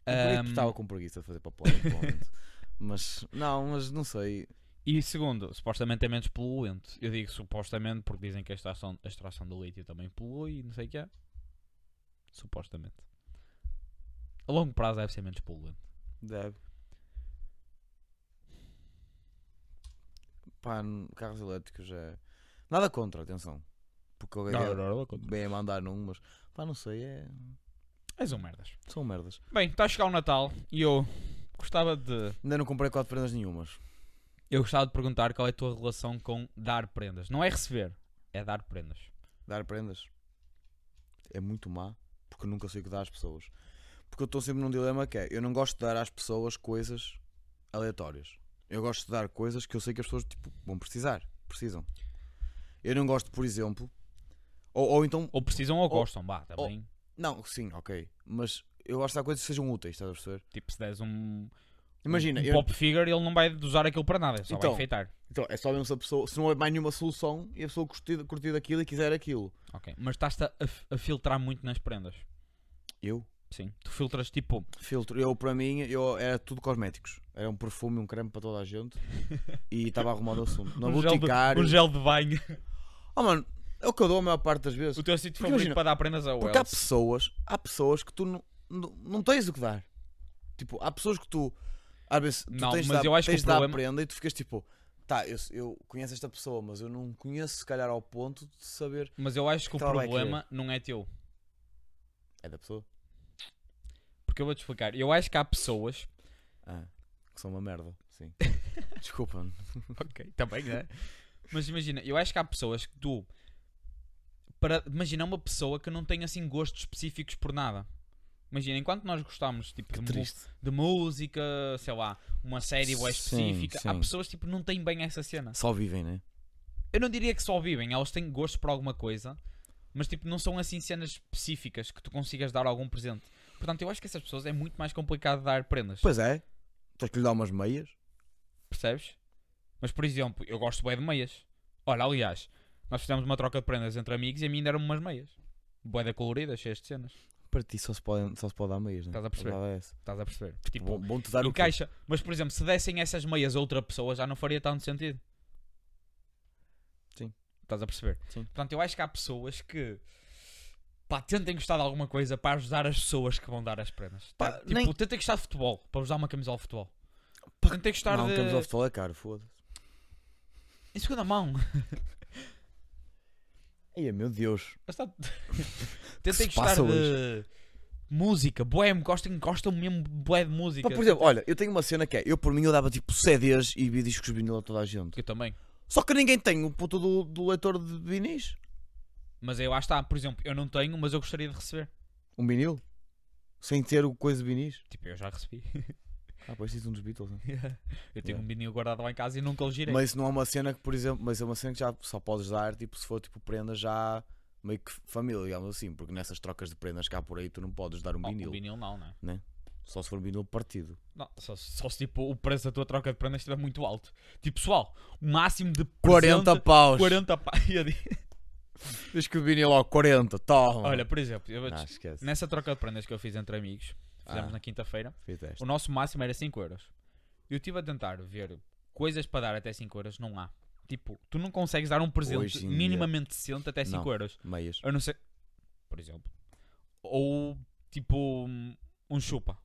Speaker 2: Ahm,
Speaker 1: Estava com preguiça de fazer papola, provavelmente. mas, não, mas não sei.
Speaker 2: E segundo, supostamente é menos poluente. Eu digo supostamente porque dizem que a extração, a extração do lítio também polui e não sei o que é. Supostamente. A longo prazo deve ser menos poluente.
Speaker 1: Deve. Pá, n- carros elétricos é. Nada contra, atenção. Porque eu bem a mandar num, mas. Pá, não sei, é.
Speaker 2: És um merdas.
Speaker 1: São merdas.
Speaker 2: Bem, está a chegar o Natal e eu gostava de.
Speaker 1: Ainda não comprei quatro prendas nenhumas.
Speaker 2: Eu gostava de perguntar qual é a tua relação com dar prendas. Não é receber, é dar prendas.
Speaker 1: Dar prendas é muito má porque eu nunca sei o que dar às pessoas. Porque eu estou sempre num dilema que é: eu não gosto de dar às pessoas coisas aleatórias. Eu gosto de dar coisas que eu sei que as pessoas tipo, vão precisar. Precisam. Eu não gosto, por exemplo, ou, ou então
Speaker 2: Ou precisam ou gostam, tá bah, também.
Speaker 1: Não, sim, ok. Mas eu gosto de dar coisas que sejam úteis, estás a perceber?
Speaker 2: Tipo, se des um.
Speaker 1: Imagina,
Speaker 2: um
Speaker 1: eu-
Speaker 2: pop figure, ele não vai usar aquilo para nada, é só vai
Speaker 1: Então.
Speaker 2: enfeitar.
Speaker 1: então, é só mesmo se a pessoa, se não houver mais nenhuma solução e a pessoa curtir, curtir aquilo e quiser aquilo.
Speaker 2: Ok, mas estás-te a, f- a filtrar muito nas prendas.
Speaker 1: Eu
Speaker 2: Sim, tu filtras tipo.
Speaker 1: filtro, eu para mim, eu era tudo cosméticos. Era um perfume, um creme para toda a gente e estava arrumado o assunto. Na
Speaker 2: um, gel de,
Speaker 1: boticário.
Speaker 2: um gel de banho.
Speaker 1: Oh mano, é o que eu dou a maior parte das vezes.
Speaker 2: O teu sítio
Speaker 1: Porque
Speaker 2: favorito
Speaker 1: imagina,
Speaker 2: para dar prendas é o
Speaker 1: Porque há
Speaker 2: Wells.
Speaker 1: pessoas, há pessoas que tu não, não, não tens o que dar. Tipo, há pessoas que tu às vezes tu
Speaker 2: Não,
Speaker 1: tens, de
Speaker 2: mas
Speaker 1: dar,
Speaker 2: eu acho que
Speaker 1: tens
Speaker 2: o
Speaker 1: de dar
Speaker 2: problema-
Speaker 1: prenda e tu ficas tipo, tá, eu, eu conheço esta pessoa, mas eu não conheço se calhar ao ponto de saber.
Speaker 2: Mas eu acho que o
Speaker 1: Então ela vai
Speaker 2: problema não é teu.
Speaker 1: É da pessoa?
Speaker 2: Porque eu vou-te explicar. Eu acho que há pessoas.
Speaker 1: Ah, que são uma merda, sim. Desculpa.
Speaker 2: ok, também é. Mas imagina, eu acho que há pessoas que tu. Para, imagina uma pessoa que não tem assim gostos específicos por nada. Imagina, enquanto nós gostamos tipo, de, mu- de música, sei lá, uma série ou
Speaker 1: Sim,
Speaker 2: específica, há
Speaker 1: sim.
Speaker 2: pessoas tipo não têm bem essa cena.
Speaker 1: Só vivem, né?
Speaker 2: Eu não diria que só vivem, elas têm gosto por alguma coisa, mas tipo, não são assim cenas específicas que tu consigas dar algum presente. Portanto, eu acho que essas pessoas é muito mais complicado dar prendas,
Speaker 1: Pois é. Tens que lhe dar umas meias.
Speaker 2: percebes? Mas por exemplo, eu gosto bem de meias. Olha, aliás, nós fizemos uma troca de prendas entre amigos e a mim deram-me umas meias. Boeda colorida, cheias de cenas.
Speaker 1: Para ti só se, podem, só se pode dar meias, né?
Speaker 2: Estás a perceber?
Speaker 1: verdade é essa.
Speaker 2: Estás a perceber? Tipo,
Speaker 1: Vão- Vão-te dar o quê?
Speaker 2: encaixa. Mas por exemplo, se dessem essas meias a outra pessoa já não faria tanto sentido.
Speaker 1: Sim.
Speaker 2: Estás a perceber?
Speaker 1: Sim.
Speaker 2: Portanto, eu acho que há pessoas que pá, tentem gostar de alguma coisa para ajudar as pessoas que vão dar as prendas.
Speaker 1: Pá,
Speaker 2: Tá? tipo,
Speaker 1: nem-
Speaker 2: tentem gostar de futebol para vos dar uma camisola de futebol.
Speaker 1: Pá,
Speaker 2: tentem gostar
Speaker 1: Não,
Speaker 2: de.
Speaker 1: temos ao futebol é caro, foda-se.
Speaker 2: Em segunda mão.
Speaker 1: Ai, meu Deus.
Speaker 2: Mas tá-
Speaker 1: se
Speaker 2: tentem gostar de.
Speaker 1: passa
Speaker 2: Música, boem, gostam, gostam mesmo boé de música.
Speaker 1: Pá, por exemplo, olha, eu tenho uma cena que é, eu por mim eu dava tipo CDs e discos de vinil a toda a gente.
Speaker 2: Eu também.
Speaker 1: Só que ninguém tem o puto do, do leitor de vinis.
Speaker 2: Mas aí lá está, por exemplo, eu não tenho, mas eu gostaria de receber.
Speaker 1: Um vinil? Sem ter o coisa de vinis.
Speaker 2: Tipo, eu já recebi.
Speaker 1: Ah, pois isso é um dos Beatles, né?
Speaker 2: Eu tenho
Speaker 1: Yeah.
Speaker 2: um vinil guardado lá em casa e nunca o girei.
Speaker 1: Mas isso não é uma cena que, por exemplo, mas é uma cena que já só podes dar, tipo, se for tipo prenda já meio que família, digamos assim, porque nessas trocas de prendas cá por aí tu não podes dar um
Speaker 2: Oh,
Speaker 1: vinil.
Speaker 2: O vinil não, não é?
Speaker 1: Só se for um vinil partido.
Speaker 2: Não, só, só se tipo, o preço da tua troca de prendas estiver muito alto. Tipo, pessoal, o máximo de
Speaker 1: 40
Speaker 2: presente,
Speaker 1: paus.
Speaker 2: 40 pá. eu digo-
Speaker 1: Disco de vinil, ó, 40, toma.
Speaker 2: Olha, por exemplo, eu vou-
Speaker 1: não, esquece.
Speaker 2: nessa troca de prendas que eu fiz entre amigos, fizemos
Speaker 1: Ah.
Speaker 2: na quinta-feira,
Speaker 1: Fizeste.
Speaker 2: o nosso máximo era 5 euros. Eu estive a tentar ver coisas para dar até 5 euros, não há. Tipo, tu não consegues dar um
Speaker 1: Hoje em
Speaker 2: presente
Speaker 1: dia.
Speaker 2: minimamente decente até
Speaker 1: Não.
Speaker 2: 5 euros.
Speaker 1: Meias.
Speaker 2: A não ser, por exemplo, ou tipo, um chupa.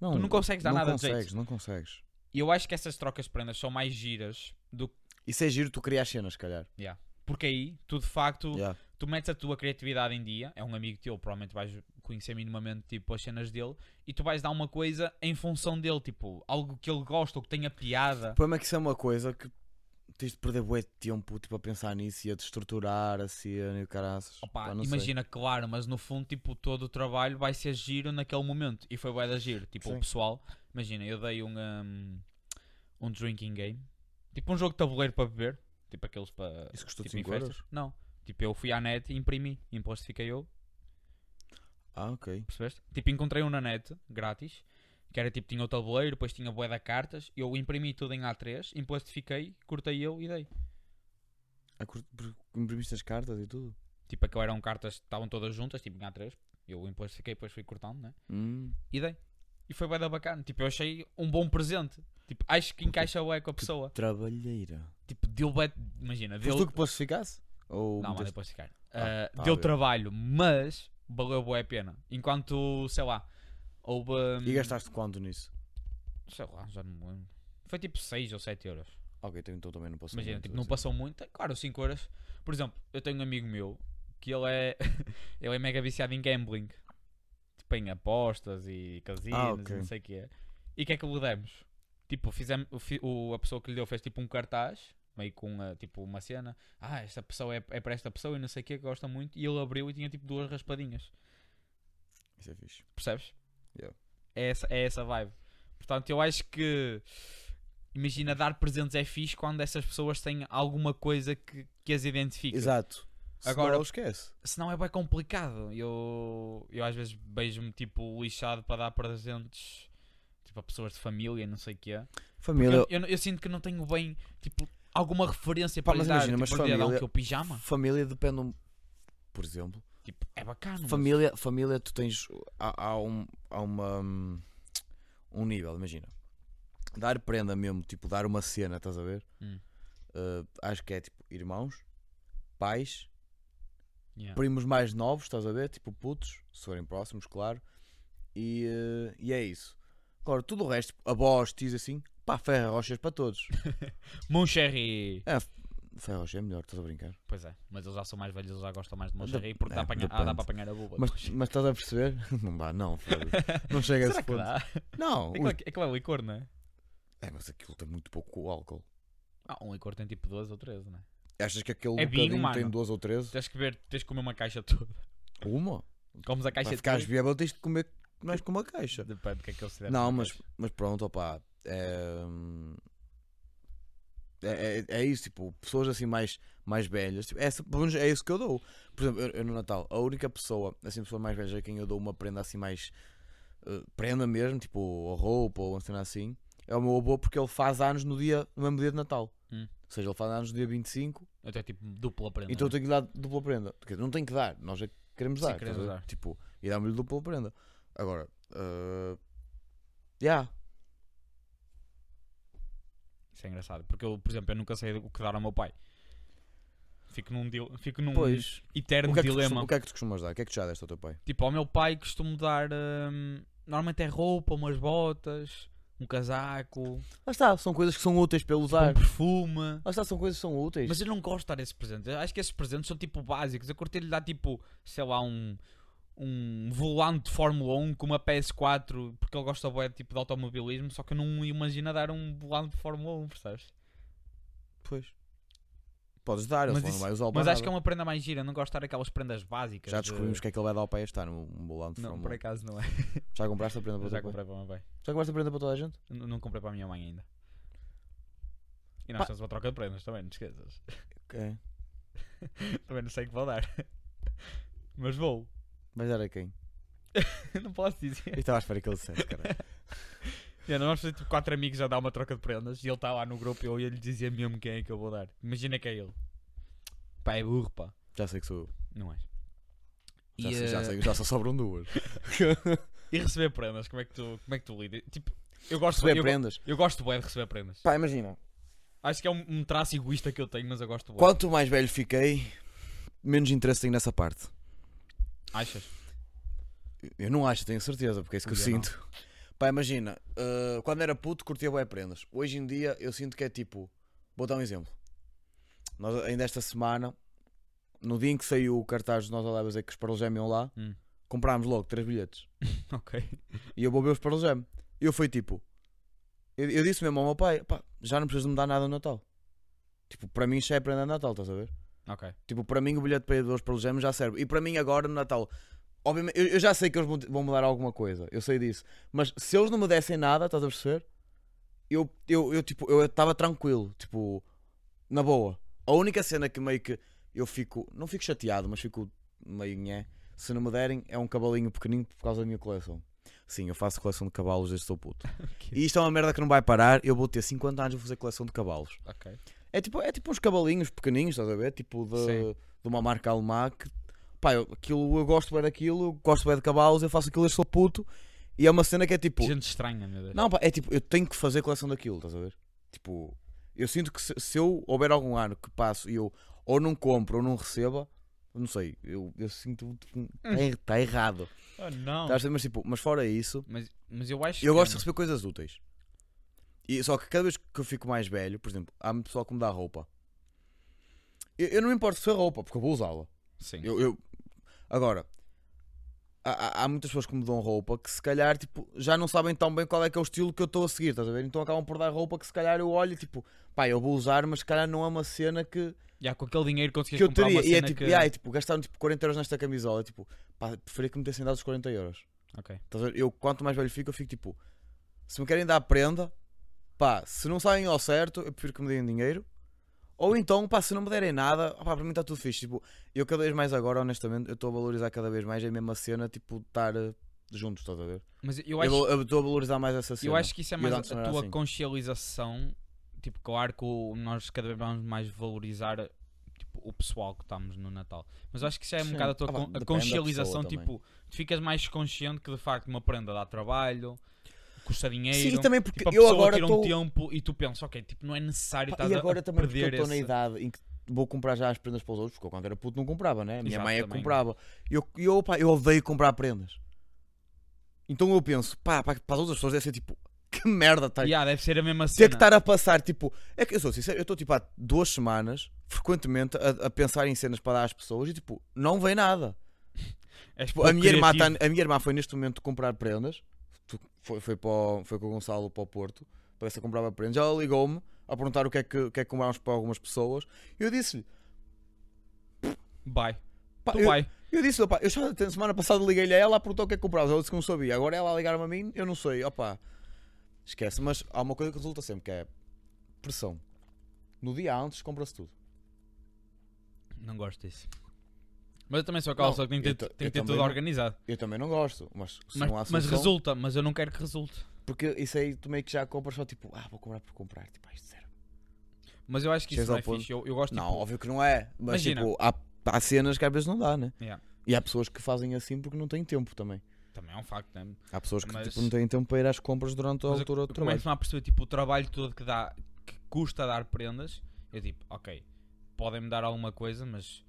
Speaker 1: Não,
Speaker 2: tu não consegues dar
Speaker 1: não
Speaker 2: nada de jeito.
Speaker 1: consegues, não consegues.
Speaker 2: E eu acho que essas trocas de prendas são mais giras do que.
Speaker 1: Isso é giro, tu crias cenas, se calhar.
Speaker 2: Porque aí tu de facto
Speaker 1: Yeah.
Speaker 2: tu metes a tua criatividade em dia. É um amigo teu, provavelmente vais conhecer minimamente tipo, as cenas dele. E tu vais dar uma coisa em função dele, tipo algo que ele gosta ou que tenha
Speaker 1: O
Speaker 2: piada.
Speaker 1: problema é que isso é uma coisa que tens de perder bué de tempo tipo, a pensar nisso e a te estruturar a cena e o caraças.
Speaker 2: Opa,
Speaker 1: Pá, não sei.
Speaker 2: imagina, claro, mas no fundo, tipo, todo o trabalho vai ser giro naquele momento. E foi bué da giro. Tipo,
Speaker 1: Sim.
Speaker 2: o pessoal, imagina, eu dei um, um, um drinking game, tipo um jogo de tabuleiro para beber, tipo aqueles para.
Speaker 1: Isso custou
Speaker 2: tipo, em
Speaker 1: 5
Speaker 2: festas.
Speaker 1: euros?
Speaker 2: Não. Tipo, eu fui à net e imprimi, impostifiquei eu,
Speaker 1: Ah, ok.
Speaker 2: percebeste? Tipo, encontrei um na net, grátis, que era tipo, tinha o tabuleiro, depois tinha bué de cartas, eu imprimi tudo em A3, impostifiquei, cortei eu e dei.
Speaker 1: Ah, cur- por- Imprimiste as cartas e tudo?
Speaker 2: Tipo, aquilo eram cartas que estavam todas juntas, tipo, em A3. Eu implastifiquei, depois fui cortando, né?
Speaker 1: Hum,
Speaker 2: E dei. E foi bem da bacana. Tipo, eu achei um bom presente. Tipo, acho que encaixa bem com a pessoa.
Speaker 1: trabalheira.
Speaker 2: Tipo, deu bem. Imagina, deu.
Speaker 1: Foste tu que plastificasse? Ou
Speaker 2: Não, mas
Speaker 1: meteste-
Speaker 2: depois ficar.
Speaker 1: Ah,
Speaker 2: Uh,
Speaker 1: tá a
Speaker 2: deu
Speaker 1: ver.
Speaker 2: trabalho, mas valeu boa a pena. Enquanto, sei lá, houve.
Speaker 1: E
Speaker 2: hum,
Speaker 1: gastaste quanto nisso?
Speaker 2: Sei lá, já não me lembro. Foi tipo 6 ou 7 euros.
Speaker 1: Ok, então- então também não posso.
Speaker 2: Imagina, tipo, não passou muito. Claro, 5 euros. Por exemplo, eu tenho um amigo meu que ele é. ele é mega viciado em gambling. Tipo, em apostas e casinos
Speaker 1: Ah,
Speaker 2: e
Speaker 1: ok.
Speaker 2: não sei o que é. E o que é que lhe demos? Tipo, fizemos, o fi- o, a pessoa que lhe deu fez tipo um cartaz, meio com ah, tipo uma cena. Ah, esta pessoa é, é para esta pessoa e não sei o que, que gosta muito. E ele abriu e tinha tipo duas raspadinhas.
Speaker 1: Isso é fixe.
Speaker 2: Percebes?
Speaker 1: Yeah.
Speaker 2: É, essa, é essa vibe. Portanto, eu acho que. Imagina, dar presentes é fixe quando essas pessoas têm alguma coisa que, que as identifica.
Speaker 1: Exato.
Speaker 2: Agora-
Speaker 1: Agora esquece.
Speaker 2: Senão é bem complicado. Eu, eu às vezes beijo-me tipo lixado para dar presentes tipo, a pessoas de família, não sei o quê. Porque
Speaker 1: Família.
Speaker 2: Eu, eu, não- eu sinto que não tenho bem tipo, alguma referência
Speaker 1: Pá,
Speaker 2: para lhe
Speaker 1: mas
Speaker 2: dar.
Speaker 1: imagina,
Speaker 2: tipo,
Speaker 1: mas
Speaker 2: eu podia dar um
Speaker 1: família-
Speaker 2: teu pijama.
Speaker 1: Família depende. um- Por exemplo,
Speaker 2: Tipo, é bacana. mas-
Speaker 1: família, família, tu tens. Há, há um, há uma. hum, Um nível, imagina. Dar prenda mesmo, tipo, dar uma cena, estás a ver?
Speaker 2: Hum.
Speaker 1: Uh, acho que é tipo irmãos, pais,
Speaker 2: Yeah.
Speaker 1: primos mais novos, estás a ver? Tipo putos, se forem próximos, claro. E, eh, e é isso. Agora, tudo o resto, tipo, avós, tios assim, pá, ferra rochas para todos.
Speaker 2: Moncherry!
Speaker 1: É, f- ferra rocha é melhor, estás a brincar.
Speaker 2: Pois é, mas eles já são mais velhos, eles já gostam mais de Moncherry
Speaker 1: Dep-
Speaker 2: porque dá,
Speaker 1: é,
Speaker 2: para apanhar- ah, dá
Speaker 1: depende.
Speaker 2: para apanhar a boba.
Speaker 1: Mas, mas estás a perceber? Não dá, não, foda-se. não chega a esse
Speaker 2: Será que
Speaker 1: ponto.
Speaker 2: dá?
Speaker 1: Não,
Speaker 2: Aquilo,
Speaker 1: ui.
Speaker 2: é- aquilo é licor, não é?
Speaker 1: é, mas aquilo tem muito pouco álcool.
Speaker 2: Ah, um licor tem tipo 12 ou 13, não é?
Speaker 1: Achas que aquele
Speaker 2: É vinho,
Speaker 1: bocadinho tem
Speaker 2: mano.
Speaker 1: duas ou três?
Speaker 2: Tens que ver, tens que comer uma caixa toda.
Speaker 1: Uma?
Speaker 2: Comes a caixa
Speaker 1: Para ficares
Speaker 2: toda.
Speaker 1: viável tens de comer mais com uma caixa.
Speaker 2: Depende do que é que eles tiverem
Speaker 1: Não,
Speaker 2: na
Speaker 1: mas,
Speaker 2: caixa.
Speaker 1: mas pronto, opá. É, é, é- é isso, tipo, pessoas assim mais, mais velhas. Tipo, essa, pelo menos é isso que eu dou. Por exemplo, eu, eu no Natal, a única pessoa, assim, pessoa mais velha a quem eu dou uma prenda assim mais. eh, prenda mesmo, tipo, ou roupa ou uma cena assim, é o meu avô porque ele faz anos no dia, no mesmo dia de Natal.
Speaker 2: Hum.
Speaker 1: Ou seja, ele faz anos no dia 25,
Speaker 2: Até tipo dupla prenda.
Speaker 1: então eu
Speaker 2: não
Speaker 1: tenho que lhe dar dupla prenda. Quer dizer, não tenho que dar, nós é que queremos
Speaker 2: Sim,
Speaker 1: dar.
Speaker 2: queremos
Speaker 1: estás a ver?
Speaker 2: dar.
Speaker 1: Tipo, e dá-me-lhe dupla prenda. Agora, eh, yeah,
Speaker 2: é? Isso é engraçado. Porque eu, por exemplo, eu nunca sei o que dar ao meu pai. Fico num, dil- Fico num
Speaker 1: pois.
Speaker 2: eterno
Speaker 1: O que, é que tu
Speaker 2: dilema.
Speaker 1: costuma- o que é que tu costumas dar? O que é que tu já deste ao teu pai?
Speaker 2: Tipo, ao meu pai costumo dar. hum, normalmente é roupa, umas botas, um casaco,
Speaker 1: Lá está, são coisas que são úteis para usar.
Speaker 2: um perfume.
Speaker 1: Lá está, são coisas que são úteis.
Speaker 2: Mas eu não gosto de dar esses presentes. Eu acho que esses presentes são tipo básicos. Eu curti lhe dar tipo, sei lá, um, um volante de Fórmula 1 com uma PS4, porque ele gosta bué, tipo de automobilismo, só que eu não imagino dar um volante de Fórmula 1, percebes?
Speaker 1: Pois. Podes dar, ele
Speaker 2: Mas
Speaker 1: só não
Speaker 2: isso-
Speaker 1: vai usar o
Speaker 2: Mas acho que é
Speaker 1: barato.
Speaker 2: uma prenda mais gira, eu não gosto de dar aquelas prendas básicas.
Speaker 1: Já
Speaker 2: de-
Speaker 1: descobrimos o que é que ele vai dar ao pai este ano, um bolão de
Speaker 2: Não,
Speaker 1: Fórmula
Speaker 2: por
Speaker 1: um.
Speaker 2: acaso não é.
Speaker 1: Já compraste a prenda para o
Speaker 2: Já
Speaker 1: teu pai?
Speaker 2: comprei para o meu pai.
Speaker 1: Já compraste a prenda para toda a gente?
Speaker 2: N- Não comprei para a minha mãe ainda. E nós
Speaker 1: Pá.
Speaker 2: temos uma troca de prendas também, não te esqueças.
Speaker 1: Ok.
Speaker 2: Também não sei o que vou dar. Mas vou.
Speaker 1: Vais dar a quem?
Speaker 2: não posso dizer.
Speaker 1: Eu estava à espera que ele dissesse, cara.
Speaker 2: Yeah, nós vamos fazer tipo quatro amigos a dar uma troca de prendas e ele está lá no grupo e eu ia lhe dizer mesmo quem é que eu vou dar. Imagina que é ele. Pá, é burro, pá.
Speaker 1: Já sei que sou eu.
Speaker 2: Não és.
Speaker 1: Já,
Speaker 2: e,
Speaker 1: sei, já,
Speaker 2: eh,
Speaker 1: sei, já só sobram duas.
Speaker 2: e receber prendas, como é que tu, como é que tu lidas? Tipo, eu gosto
Speaker 1: Receber
Speaker 2: eu, go-
Speaker 1: prendas.
Speaker 2: Eu gosto bem de receber prendas.
Speaker 1: Pá, imagina.
Speaker 2: Acho que é um, um traço egoísta que eu tenho, mas eu gosto bem.
Speaker 1: Quanto mais velho fiquei, menos interesse tenho nessa parte.
Speaker 2: Achas?
Speaker 1: Eu não acho, tenho certeza, porque é isso que eu,
Speaker 2: Ui, eu não.
Speaker 1: sinto. Pá, imagina, uh, quando era puto curtia bué prendas. Hoje em dia eu sinto que é tipo, vou dar um exemplo. Nós ainda esta semana, no dia em que saiu o cartaz dos Nós Alebas é que os Pearl Jam iam lá,
Speaker 2: Hum.
Speaker 1: comprámos logo três bilhetes.
Speaker 2: Ok.
Speaker 1: E eu vou ver os Pearl Jam. E eu fui tipo, eu, eu disse mesmo ao meu pai, pá, já não precisas de me dar nada no Natal. Tipo, para mim já é prenda de Natal, estás a ver?
Speaker 2: Ok.
Speaker 1: Tipo, para mim o bilhete para ir ver os Pearl Jam já serve. E para mim agora no Natal, obviamente, eu, eu já sei que eles vão te- vão me dar alguma coisa, eu sei disso. Mas se eles não me dessem nada, estás a perceber? Eu, eu, eu tipo, eu estava tranquilo, tipo, na boa. A única cena que meio que eu fico, não fico chateado, mas fico meio nhé, se não me derem é um cavalinho pequenino por causa da minha coleção. Sim, eu faço coleção de cavalos desde que sou puto.
Speaker 2: Ok.
Speaker 1: E isto é uma merda que não vai parar, eu vou ter 50 anos e vou fazer coleção de cavalos.
Speaker 2: Ok.
Speaker 1: É tipo, é tipo uns cavalinhos pequeninhos, estás a ver? Tipo de,
Speaker 2: Sim.
Speaker 1: de uma marca alemã que, pá, eu, aquilo, eu gosto bem daquilo, eu gosto bem de cavalos, eu faço aquilo, eu sou puto. E é uma cena que é tipo,
Speaker 2: Gente estranha, meu Deus.
Speaker 1: não, pá, é tipo, eu tenho que fazer coleção daquilo, estás a ver? Tipo, eu sinto que se, se eu houver algum ano que passo e eu ou não compro ou não receba, eu não sei, eu, eu sinto tipo, que está tá errado.
Speaker 2: Ah, Hum. não.
Speaker 1: Estás a ver? Mas, tipo, mas fora isso,
Speaker 2: Mas, mas eu acho
Speaker 1: eu
Speaker 2: que- é,
Speaker 1: gosto de receber coisas úteis. E, só que cada vez que eu fico mais velho, por exemplo, há muito pessoal que me dá roupa. Eu, eu não me importo se for roupa, porque eu vou usá-la.
Speaker 2: Sim.
Speaker 1: Eu, eu- Agora, há, há- há muitas pessoas que me dão roupa que se calhar tipo, já não sabem tão bem qual é que é o estilo que eu estou a seguir, estás a ver? Então acabam por dar roupa que se calhar eu olho e tipo, pá, eu vou usar, mas se calhar não é uma cena que,
Speaker 2: Já, com aquele dinheiro conseguias
Speaker 1: que eu
Speaker 2: comprar
Speaker 1: teria.
Speaker 2: uma
Speaker 1: E
Speaker 2: cena
Speaker 1: é tipo,
Speaker 2: que...
Speaker 1: e aí, tipo, gastaram tipo 40 euros nesta camisola. é Tipo, pá, preferia que me dessem dado os 40 euros.
Speaker 2: Ok.
Speaker 1: Estás a ver? Tá Eu, quanto mais velho fico, eu fico tipo: se me querem dar prenda, pá, se não saem ao certo, eu prefiro que me deem dinheiro. Ou então, pá, se não me derem nada, pá, para mim está tudo fixe. Tipo, eu cada vez mais agora, honestamente, eu estou a valorizar cada vez mais a mesma cena, tipo, de estar eh, juntos, estás a ver?
Speaker 2: Mas eu
Speaker 1: Eu
Speaker 2: acho,
Speaker 1: vou- eu estou a valorizar mais essa cena.
Speaker 2: eu acho que isso é
Speaker 1: Eu
Speaker 2: mais a,
Speaker 1: antes não
Speaker 2: a
Speaker 1: era
Speaker 2: tua
Speaker 1: assim.
Speaker 2: consciencialização. Tipo, claro que o- nós cada vez vamos mais valorizar tipo, o pessoal que estamos no Natal. Mas eu acho que isso é um
Speaker 1: Sim.
Speaker 2: bocado a tua
Speaker 1: Ah, pá,
Speaker 2: con-
Speaker 1: depende
Speaker 2: a
Speaker 1: da
Speaker 2: consciencialização.
Speaker 1: pessoa
Speaker 2: Tipo, tu ficas mais consciente que de facto uma prenda dá trabalho, custa dinheiro.
Speaker 1: Sim, e também porque
Speaker 2: tipo, a
Speaker 1: eu
Speaker 2: pessoa
Speaker 1: agora
Speaker 2: tira
Speaker 1: estou.
Speaker 2: um tempo e tu pensas, ok, tipo, não é necessário
Speaker 1: Pá,
Speaker 2: estar
Speaker 1: e
Speaker 2: a,
Speaker 1: agora
Speaker 2: a
Speaker 1: também porque eu
Speaker 2: perder
Speaker 1: estou na
Speaker 2: esse-
Speaker 1: idade em que vou comprar já as prendas para os outros, porque eu quando era puto não comprava, né? A minha
Speaker 2: Exato,
Speaker 1: mãe é que
Speaker 2: também.
Speaker 1: comprava. E eu, e eu, pá, eu odeio comprar prendas. Então eu penso, pá, pá, para as outras pessoas deve ser tipo, que merda, tá?
Speaker 2: Ya, deve ser a mesma
Speaker 1: Ter
Speaker 2: cena.
Speaker 1: que estar a passar, tipo, é que eu sou sincero, eu estou tipo há duas semanas, frequentemente, a, a pensar em cenas para dar às pessoas e tipo, não vem nada.
Speaker 2: És
Speaker 1: Tipo, a,
Speaker 2: pouco
Speaker 1: minha irmã
Speaker 2: criativo.
Speaker 1: tá- a minha irmã foi neste momento comprar prendas, Tu- foi, foi, para o- foi com o Gonçalo para o Porto, para ver se eu comprava prendas. Ela ligou-me a perguntar o que é que, o que, é que comprámos para algumas pessoas. E eu disse-lhe,
Speaker 2: Vai.
Speaker 1: pá,
Speaker 2: Tu
Speaker 1: eu,
Speaker 2: vai.
Speaker 1: eu disse, opá, eu já até semana passada liguei-lhe a ela, perguntou o que é que comprávamos. Ela disse que não sabia. Agora ela a ligar-me a mim, eu não sei, opá, esquece. Mas há uma coisa que resulta sempre, que é pressão. No dia antes compra-se tudo.
Speaker 2: Não gosto disso. Mas eu também sou aquela
Speaker 1: Não,
Speaker 2: pessoa que tem que
Speaker 1: eu
Speaker 2: ter,
Speaker 1: ta-
Speaker 2: tem
Speaker 1: eu
Speaker 2: que ter
Speaker 1: também
Speaker 2: tudo
Speaker 1: não- um
Speaker 2: organizado.
Speaker 1: Eu também não gosto, mas se
Speaker 2: Mas,
Speaker 1: não há
Speaker 2: mas
Speaker 1: solução-
Speaker 2: resulta, mas eu não quero que resulte.
Speaker 1: Porque isso aí tu meio que já compras só tipo, ah, vou comprar por comprar, tipo, ah, isto serve.
Speaker 2: Mas eu acho que isso
Speaker 1: Chegas
Speaker 2: não
Speaker 1: ao
Speaker 2: é
Speaker 1: ponto-
Speaker 2: fixe. Eu, eu gosto
Speaker 1: Não,
Speaker 2: tipo,
Speaker 1: óbvio que não é. Mas
Speaker 2: Imagina.
Speaker 1: tipo, há, há cenas que às vezes não dá, né?
Speaker 2: Yeah.
Speaker 1: E há pessoas que fazem assim porque não têm tempo também.
Speaker 2: Também é um facto, né?
Speaker 1: Há pessoas que
Speaker 2: Mas-
Speaker 1: tipo, não têm tempo para ir às compras durante a
Speaker 2: Mas eu-
Speaker 1: altura
Speaker 2: eu
Speaker 1: do trabalho.
Speaker 2: começo-me a perceber tipo, o trabalho todo que dá que custa dar prendas. Eu tipo, ok, podem-me dar alguma coisa, mas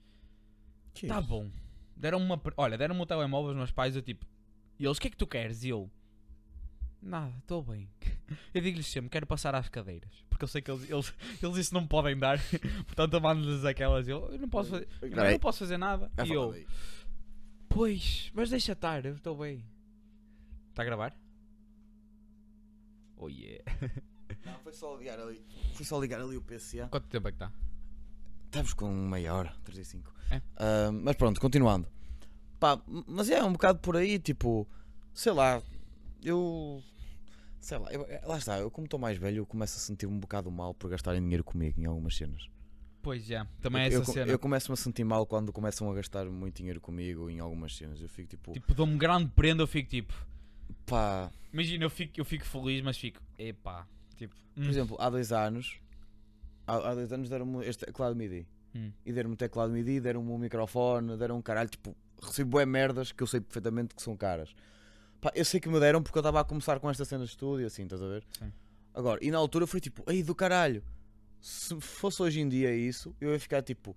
Speaker 1: Que
Speaker 2: tá
Speaker 1: isso?
Speaker 2: bom. Deram uma pre- Olha, deram-me o telemóvel os meus pais, eu tipo, e eles, o que é que tu queres? E eu, nada, estou bem. Eu digo-lhes sempre, quero passar às cadeiras, porque eu sei que eles, eles, eles isso não podem dar, portanto eu mando-lhes aquelas, e eu, eu não posso fazer, eu
Speaker 1: Peraí.
Speaker 2: não posso fazer nada.
Speaker 1: Vai
Speaker 2: E
Speaker 1: falar
Speaker 2: eu,
Speaker 1: daí.
Speaker 2: Pois, mas deixa estar, eu estou bem. Está a gravar? Oh yeah.
Speaker 1: Não, foi só ligar ali. Foi só ligar ali o PCA.
Speaker 2: Quanto tempo é que está?
Speaker 1: Estamos com um meia hora, 35.
Speaker 2: É.
Speaker 1: Ah, mas pronto, continuando. Pá, mas é um bocado por aí, tipo, sei lá, eu. Sei lá, eu- eh, lá está, eu como estou mais velho, eu começo a sentir-me um bocado mal por gastarem dinheiro comigo em algumas cenas.
Speaker 2: Pois já, também é
Speaker 1: eu,
Speaker 2: essa
Speaker 1: eu,
Speaker 2: cena.
Speaker 1: eu começo-me a sentir mal quando começam a gastar muito dinheiro comigo em algumas cenas. Eu fico tipo,
Speaker 2: Tipo, dou-me grande prenda, eu fico tipo.
Speaker 1: pá.
Speaker 2: Imagina, eu fico, eu fico feliz, mas fico. Epá. Tipo, hum,
Speaker 1: Por exemplo, há dois anos, há, há dois anos deram-me um, este teclado MIDI.
Speaker 2: Hum.
Speaker 1: E deram-me um teclado MIDI, deram-me um microfone, deram um caralho. Tipo, recebo bué merdas que eu sei perfeitamente que são caras. Pá, eu sei que me deram porque eu estava a começar com esta cena de estúdio, e assim, estás a ver?
Speaker 2: Sim.
Speaker 1: Agora, e na altura foi tipo, ei do caralho. Se fosse hoje em dia isso, eu ia ficar tipo,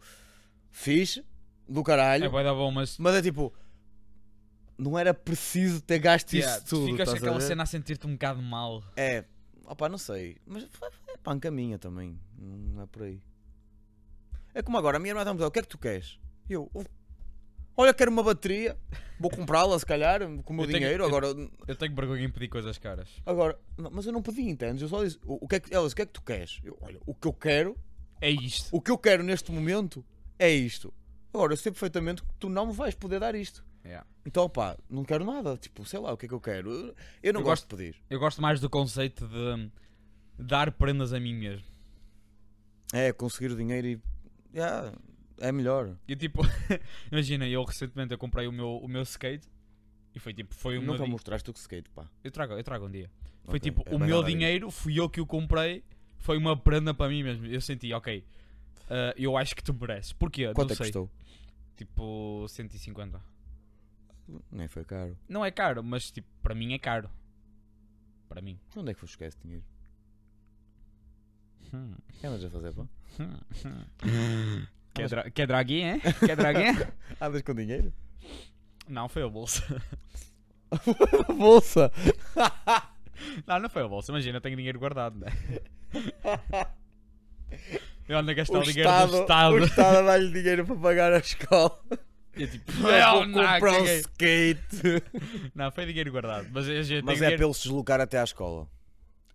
Speaker 1: fixe, do caralho.
Speaker 2: é bué da bom, mas.
Speaker 1: Mas é tipo, não era preciso ter gasto
Speaker 2: Yeah,
Speaker 1: isso
Speaker 2: tu
Speaker 1: tudo.
Speaker 2: ficas com
Speaker 1: estás a
Speaker 2: aquela
Speaker 1: ver?
Speaker 2: cena a sentir-te um bocado mal.
Speaker 1: É, opá, não sei. Mas é panca minha também. Não é por aí. É como agora, a minha irmã está a me dizer: o que é que tu queres? E eu, "Oh, olha, quero uma bateria. Vou comprá-la, se calhar, com o meu
Speaker 2: Eu tenho-
Speaker 1: dinheiro.
Speaker 2: eu-
Speaker 1: Agora,
Speaker 2: Eu tenho vergonha em pedir coisas caras.
Speaker 1: agora não, mas eu não pedi, entendes? Eu só disse: o, o que é que, ela disse, o que é que tu queres? Eu, olha, o que eu quero,
Speaker 2: É isto.
Speaker 1: o que eu quero neste momento é isto. Agora, eu sei perfeitamente que tu não me vais poder dar isto.
Speaker 2: Yeah.
Speaker 1: Então, opá, não quero nada. Tipo, sei lá, o que é que eu quero? Eu, eu não
Speaker 2: Eu
Speaker 1: gosto de pedir.
Speaker 2: Eu gosto mais do conceito de dar prendas a mim mesmo.
Speaker 1: É, conseguir o dinheiro e. yeah, é melhor.
Speaker 2: E tipo, imagina, eu recentemente eu comprei o meu, o meu skate e foi tipo, foi o meu
Speaker 1: Nunca
Speaker 2: di-
Speaker 1: mostraste o skate, pá.
Speaker 2: eu trago, eu trago um dia. Foi
Speaker 1: Ok,
Speaker 2: tipo,
Speaker 1: é
Speaker 2: o
Speaker 1: bem
Speaker 2: meu
Speaker 1: nada disso.
Speaker 2: dinheiro, fui eu que o comprei, foi uma prenda para mim mesmo. Eu senti, ok, ah, eu acho que tu mereces. Porquê?
Speaker 1: Quanto
Speaker 2: não
Speaker 1: é que
Speaker 2: sei.
Speaker 1: custou?
Speaker 2: Tipo, 150.
Speaker 1: Nem foi caro.
Speaker 2: Não é caro, mas tipo, para mim é caro. Para mim.
Speaker 1: Onde é que foste buscar esse dinheiro?
Speaker 2: Hum,
Speaker 1: O que andas a fazer, pá?
Speaker 2: hum, hum. Quer, dra quer draguinha, hein? Quer draguinha?
Speaker 1: Andas com dinheiro?
Speaker 2: não, foi a bolsa.
Speaker 1: Bolsa!
Speaker 2: Não, não foi a bolsa. Imagina, eu tenho dinheiro guardado, né? Eu ando a gastar o, dinheiro do Estado.
Speaker 1: O Estado dá-lhe dinheiro para pagar a escola.
Speaker 2: Eu tipo,
Speaker 1: Eu
Speaker 2: não,
Speaker 1: vou comprar um
Speaker 2: caguei.
Speaker 1: skate.
Speaker 2: Não, foi dinheiro guardado. Mas, eu já
Speaker 1: Mas
Speaker 2: tenho
Speaker 1: é
Speaker 2: dinheiro-
Speaker 1: pelo se deslocar até à escola.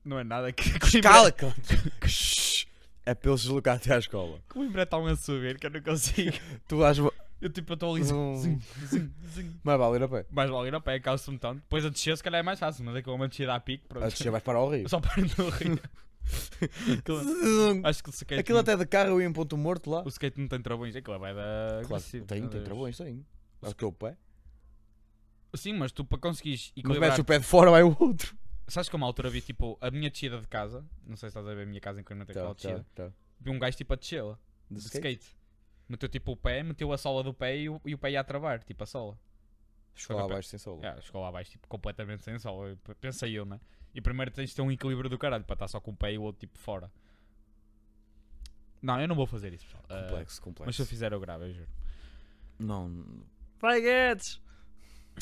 Speaker 2: Não é nada que.
Speaker 1: Cala-te! É pelo se deslocar até à escola.
Speaker 2: Coimbra está um a subir que eu não consigo.
Speaker 1: Tu vais.
Speaker 2: Eu tipo, eu estou ali. zing,
Speaker 1: Hum.
Speaker 2: zing, zing, zing.
Speaker 1: Mas vale ir a pé.
Speaker 2: Mais vale ir a pé, calço-me tanto. Depois a descer, se calhar é mais fácil, mas é que eu uma descida a pique. Pronto.
Speaker 1: A descer vais parar ao rio.
Speaker 2: Só para no rio. Aquilo- Acho que o skate.
Speaker 1: Aquilo
Speaker 2: não-
Speaker 1: até de carro eu ia em ponto morto lá.
Speaker 2: O skate não tem travões. Aquilo vai da.
Speaker 1: Claro,
Speaker 2: agressivo,
Speaker 1: tem,
Speaker 2: meu
Speaker 1: tem
Speaker 2: Deus.
Speaker 1: travões, tem. Acho que é o pé.
Speaker 2: Sim, mas tu para conseguires
Speaker 1: Mas
Speaker 2: equilibrar.
Speaker 1: metes o pé de fora, vai o outro.
Speaker 2: Sabes que uma altura vi tipo a minha descida de casa. Não sei se estás a ver a minha casa em Coimbra tem aquela descida. Vi um gajo tipo a descê-la.
Speaker 1: Tá, De
Speaker 2: de
Speaker 1: skate.
Speaker 2: skate. Meteu tipo o pé, meteu a sola do pé e o, e o pé ia a travar, tipo a sola.
Speaker 1: Chegou lá abaixo sem solo.
Speaker 2: Yeah, chegou lá abaixo tipo, completamente sem sola, eu pe- pensei eu, né? E primeiro tens de ter um equilíbrio do caralho para estar só com o pé e o outro tipo fora. Não, eu não vou fazer isso, pessoal. Ah,
Speaker 1: Complexo,
Speaker 2: mas se eu
Speaker 1: complexo.
Speaker 2: fizer eu gravo, eu juro.
Speaker 1: Não.
Speaker 2: Vai Guedes!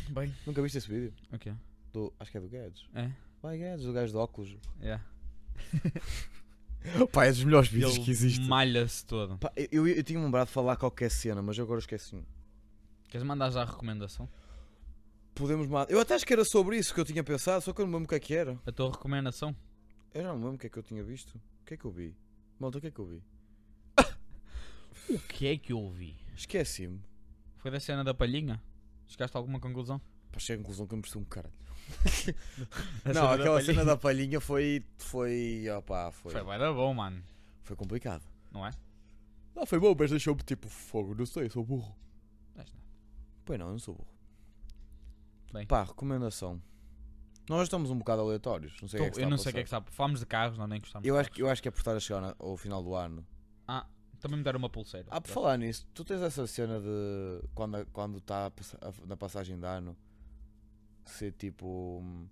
Speaker 2: Bem,
Speaker 1: Nunca viste esse vídeo?
Speaker 2: o quê?
Speaker 1: Do, acho que é do Guedes.
Speaker 2: É?
Speaker 1: Vai Guedes, do gajo de óculos.
Speaker 2: Yeah.
Speaker 1: Pá, é dos melhores
Speaker 2: Ele malha-se todo.
Speaker 1: Pá, eu, eu, eu tinha lembrado de falar qualquer cena, mas eu agora esqueci.
Speaker 2: Queres mandar já a recomendação?
Speaker 1: Podemos ma- Eu até acho que era sobre isso que eu tinha pensado, só que eu não me lembro o que é que era.
Speaker 2: A tua recomendação?
Speaker 1: Eu já não me lembro o que é que eu tinha visto. O que é que eu vi? Malta, o que é que eu vi?
Speaker 2: O que é que eu ouvi?
Speaker 1: Esqueci-me.
Speaker 2: Foi da cena da palhinha? Chegaste a alguma conclusão?
Speaker 1: Pá, cheguei à conclusão que eu me percebi um caralho.
Speaker 2: Da
Speaker 1: não,
Speaker 2: cena da
Speaker 1: aquela cena
Speaker 2: palhinha?
Speaker 1: da palhinha foi. Foi. Opá, foi.
Speaker 2: Foi
Speaker 1: Foi,
Speaker 2: bué da bom, mano.
Speaker 1: complicado.
Speaker 2: Não é?
Speaker 1: Não, foi bom, mas deixou-me tipo fogo. Não sei, sou burro.
Speaker 2: Mas não.
Speaker 1: Pois não, eu não sou burro.
Speaker 2: Bem.
Speaker 1: Pá, recomendação. Nós estamos um bocado aleatórios. Não sei o que é que
Speaker 2: eu
Speaker 1: está
Speaker 2: não
Speaker 1: a
Speaker 2: sei o que é que
Speaker 1: passar.
Speaker 2: sabe. Falámos de carros, não nem gostámos.
Speaker 1: eu
Speaker 2: de
Speaker 1: acho, que- eu acho que é por estar a chegar na- ao final do ano.
Speaker 2: carros. Também me deram uma pulseira.
Speaker 1: Ah, por falar nisso, tu tens essa cena de quando está quando tá a passa- a- na passagem de ano ser tipo. hum,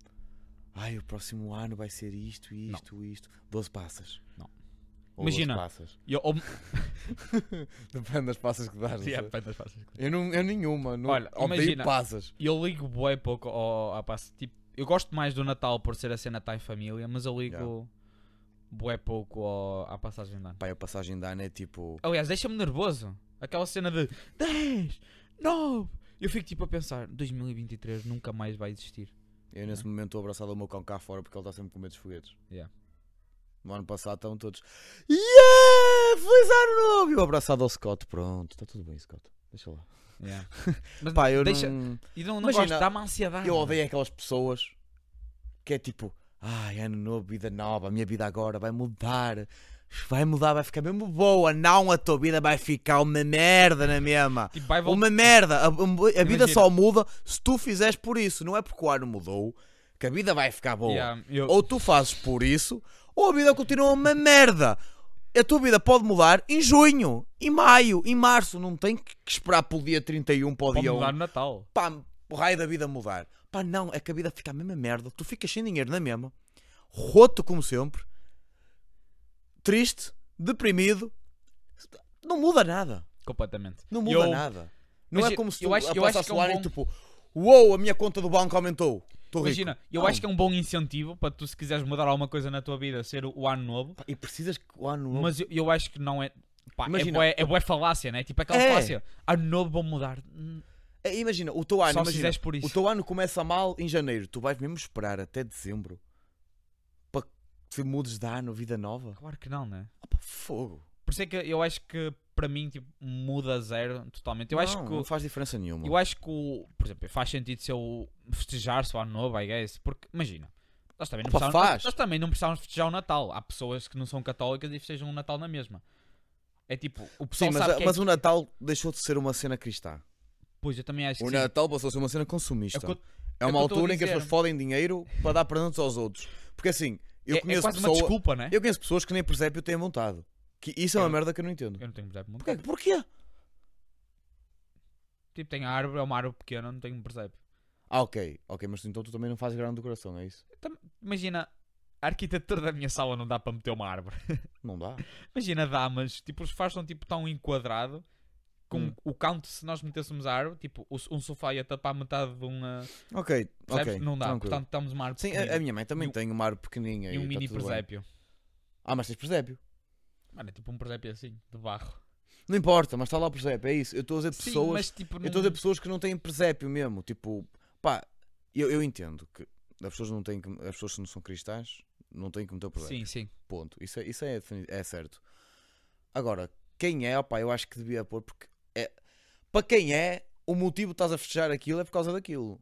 Speaker 1: Ai, o próximo ano vai ser isto, isto, isto. 12 passas.
Speaker 2: Não.
Speaker 1: Ou 12
Speaker 2: Imagina.
Speaker 1: passas.
Speaker 2: Eu, oh, ou...
Speaker 1: Depende das passas que dás. não
Speaker 2: Sim, é,
Speaker 1: sei.
Speaker 2: apenas faço as coisas.
Speaker 1: Eu, não, eu nenhuma. Não,
Speaker 2: Olha,
Speaker 1: odeio
Speaker 2: imagina.
Speaker 1: passas.
Speaker 2: eu ligo bué pouco ao, à passa. Tipo, eu gosto mais do Natal por ser a cena tá em família, mas eu ligo
Speaker 1: Yeah.
Speaker 2: bué pouco ao, à passagem de ano.
Speaker 1: Pá, a passagem de ano é tipo.
Speaker 2: Aliás, deixa-me nervoso. Aquela cena de 10, 9. Eu fico tipo a pensar, 2023 nunca mais vai existir.
Speaker 1: Eu nesse momento estou abraçado ao meu cão cá fora porque ele está sempre com medo dos foguetes.
Speaker 2: Yeah.
Speaker 1: No ano passado estão todos. Yeah! Feliz ano novo! E eu abraçado ao Scott, pronto, está tudo bem, Scott. Deixa lá.
Speaker 2: Yeah. mas
Speaker 1: Pá, eu
Speaker 2: deixa... Ah.
Speaker 1: não.
Speaker 2: E não, não
Speaker 1: Imagina,
Speaker 2: gosto, dá-me ansiedade.
Speaker 1: Eu odeio aquelas pessoas que é tipo, ai, ano novo, vida nova, a minha vida agora vai mudar. Vai mudar, vai ficar mesmo boa. Não, a tua vida vai ficar uma merda na mesma.
Speaker 2: Tipo, vai voltar.
Speaker 1: Uma merda. A, um, a- a vida
Speaker 2: Imagina.
Speaker 1: só muda se tu fizeres por isso. Não é porque o ano mudou que a vida vai ficar boa.
Speaker 2: Yeah, eu-
Speaker 1: Ou tu fazes por isso, ou a vida continua uma merda. A tua vida pode mudar em junho, em maio, em março. Não tem que que esperar pelo dia 31 para o
Speaker 2: Pode
Speaker 1: dia 1
Speaker 2: mudar no Natal.
Speaker 1: pá, o raio da vida mudar. Pá, não, é que a vida fica a mesma merda. Tu ficas sem dinheiro na mesma, roto como sempre, triste, deprimido. Não muda nada.
Speaker 2: Completamente.
Speaker 1: Não
Speaker 2: E
Speaker 1: muda
Speaker 2: eu-
Speaker 1: nada. Não
Speaker 2: Mas
Speaker 1: é
Speaker 2: eu-
Speaker 1: como se
Speaker 2: eu
Speaker 1: tu
Speaker 2: acho-
Speaker 1: a
Speaker 2: eu acho
Speaker 1: passasse
Speaker 2: que é
Speaker 1: o
Speaker 2: um
Speaker 1: ar e
Speaker 2: bom-
Speaker 1: tipo, uou, a minha conta do banco aumentou. Estou rico.
Speaker 2: Imagina, eu
Speaker 1: Não.
Speaker 2: acho que é um bom incentivo para tu, se quiseres mudar alguma coisa na tua vida, ser o, o ano novo.
Speaker 1: Pá, E precisas que o ano novo.
Speaker 2: é um- Mas eu, eu acho que não é. Pá,
Speaker 1: Uhum. Imagina.
Speaker 2: é, bué, é bué falácia, né? Tipo aquela
Speaker 1: É.
Speaker 2: falácia. Ano novo vou mudar. Hum,
Speaker 1: É, Imagina, o teu ano.
Speaker 2: Só se
Speaker 1: imagina,
Speaker 2: fizeres por isso.
Speaker 1: O teu ano começa mal em janeiro. Tu vais mesmo esperar até dezembro para que mudes de ano, vida nova.
Speaker 2: Claro que não, né?
Speaker 1: Opa, fogo.
Speaker 2: Por isso é que eu acho que para mim tipo, muda zero totalmente. Eu acho
Speaker 1: Não,
Speaker 2: que.
Speaker 1: não faz diferença nenhuma.
Speaker 2: Eu acho que o. Por exemplo, faz sentido se eu festejar-se o ano novo, I guess. Porque, imagina. Nós também, não
Speaker 1: Opa,
Speaker 2: precisamos,
Speaker 1: faz.
Speaker 2: nós, nós também não precisamos festejar o Natal. Há pessoas que não são católicas e festejam o Natal na mesma. É tipo, o pessoal
Speaker 1: Sim, mas,
Speaker 2: sabe que é-
Speaker 1: mas o Natal deixou de ser uma cena cristã.
Speaker 2: Pois, eu também acho que
Speaker 1: O
Speaker 2: sim.
Speaker 1: Natal passou a ser uma cena
Speaker 2: É
Speaker 1: consumista.
Speaker 2: o que eu- é
Speaker 1: É,
Speaker 2: o que
Speaker 1: uma
Speaker 2: eu tô a
Speaker 1: altura em que as
Speaker 2: dizer.
Speaker 1: pessoas fodem dinheiro para dar presentes aos outros. Porque assim, Eu
Speaker 2: é,
Speaker 1: conheço
Speaker 2: é quase
Speaker 1: pessoa-
Speaker 2: uma desculpa, né? Eu,
Speaker 1: Eu conheço pessoas que nem percebem eu tenho vontade. Que isso é uma
Speaker 2: Eu-
Speaker 1: merda que eu não entendo.
Speaker 2: não tenho presépio.
Speaker 1: Porquê? Porquê?
Speaker 2: Tipo, tem a árvore, é uma árvore pequena, não tenho presépio.
Speaker 1: Ah, ok, ok, mas então tu também não fazes grande do coração, é isso?
Speaker 2: Imagina, a arquitetura da minha sala não dá para meter uma árvore.
Speaker 1: Não dá.
Speaker 2: Imagina, dá, mas tipo, os sofás são tipo tão enquadrado com
Speaker 1: Hum.
Speaker 2: o canto, se nós metêssemos a árvore, tipo, o- um sofá ia tapar metade de uma.
Speaker 1: Ok,
Speaker 2: Percebes?
Speaker 1: ok.
Speaker 2: não dá,
Speaker 1: tranquilo.
Speaker 2: portanto, estamos uma árvore
Speaker 1: Sim,
Speaker 2: pequenina
Speaker 1: a, a minha mãe também
Speaker 2: E um-
Speaker 1: tem uma árvore pequenininha
Speaker 2: e um
Speaker 1: tá
Speaker 2: mini
Speaker 1: tudo bem.
Speaker 2: presépio.
Speaker 1: Ah, mas tens presépio.
Speaker 2: Mano, é tipo um presépio assim, de barro.
Speaker 1: Não importa, mas está lá o presépio, é isso. Eu estou a dizer
Speaker 2: Sim,
Speaker 1: pessoas.
Speaker 2: mas tipo,
Speaker 1: Eu
Speaker 2: não...
Speaker 1: estou a dizer pessoas que não têm presépio mesmo. Tipo, pá, eu, eu entendo que as pessoas não têm que. As pessoas que não são cristãs não têm que meter o presépio.
Speaker 2: Sim, sim.
Speaker 1: Ponto. Isso, é- isso é, defini- é certo. Agora, quem é, opá, eu acho que devia pôr porque é. Para quem é, o motivo que estás a fechar aquilo é por causa daquilo.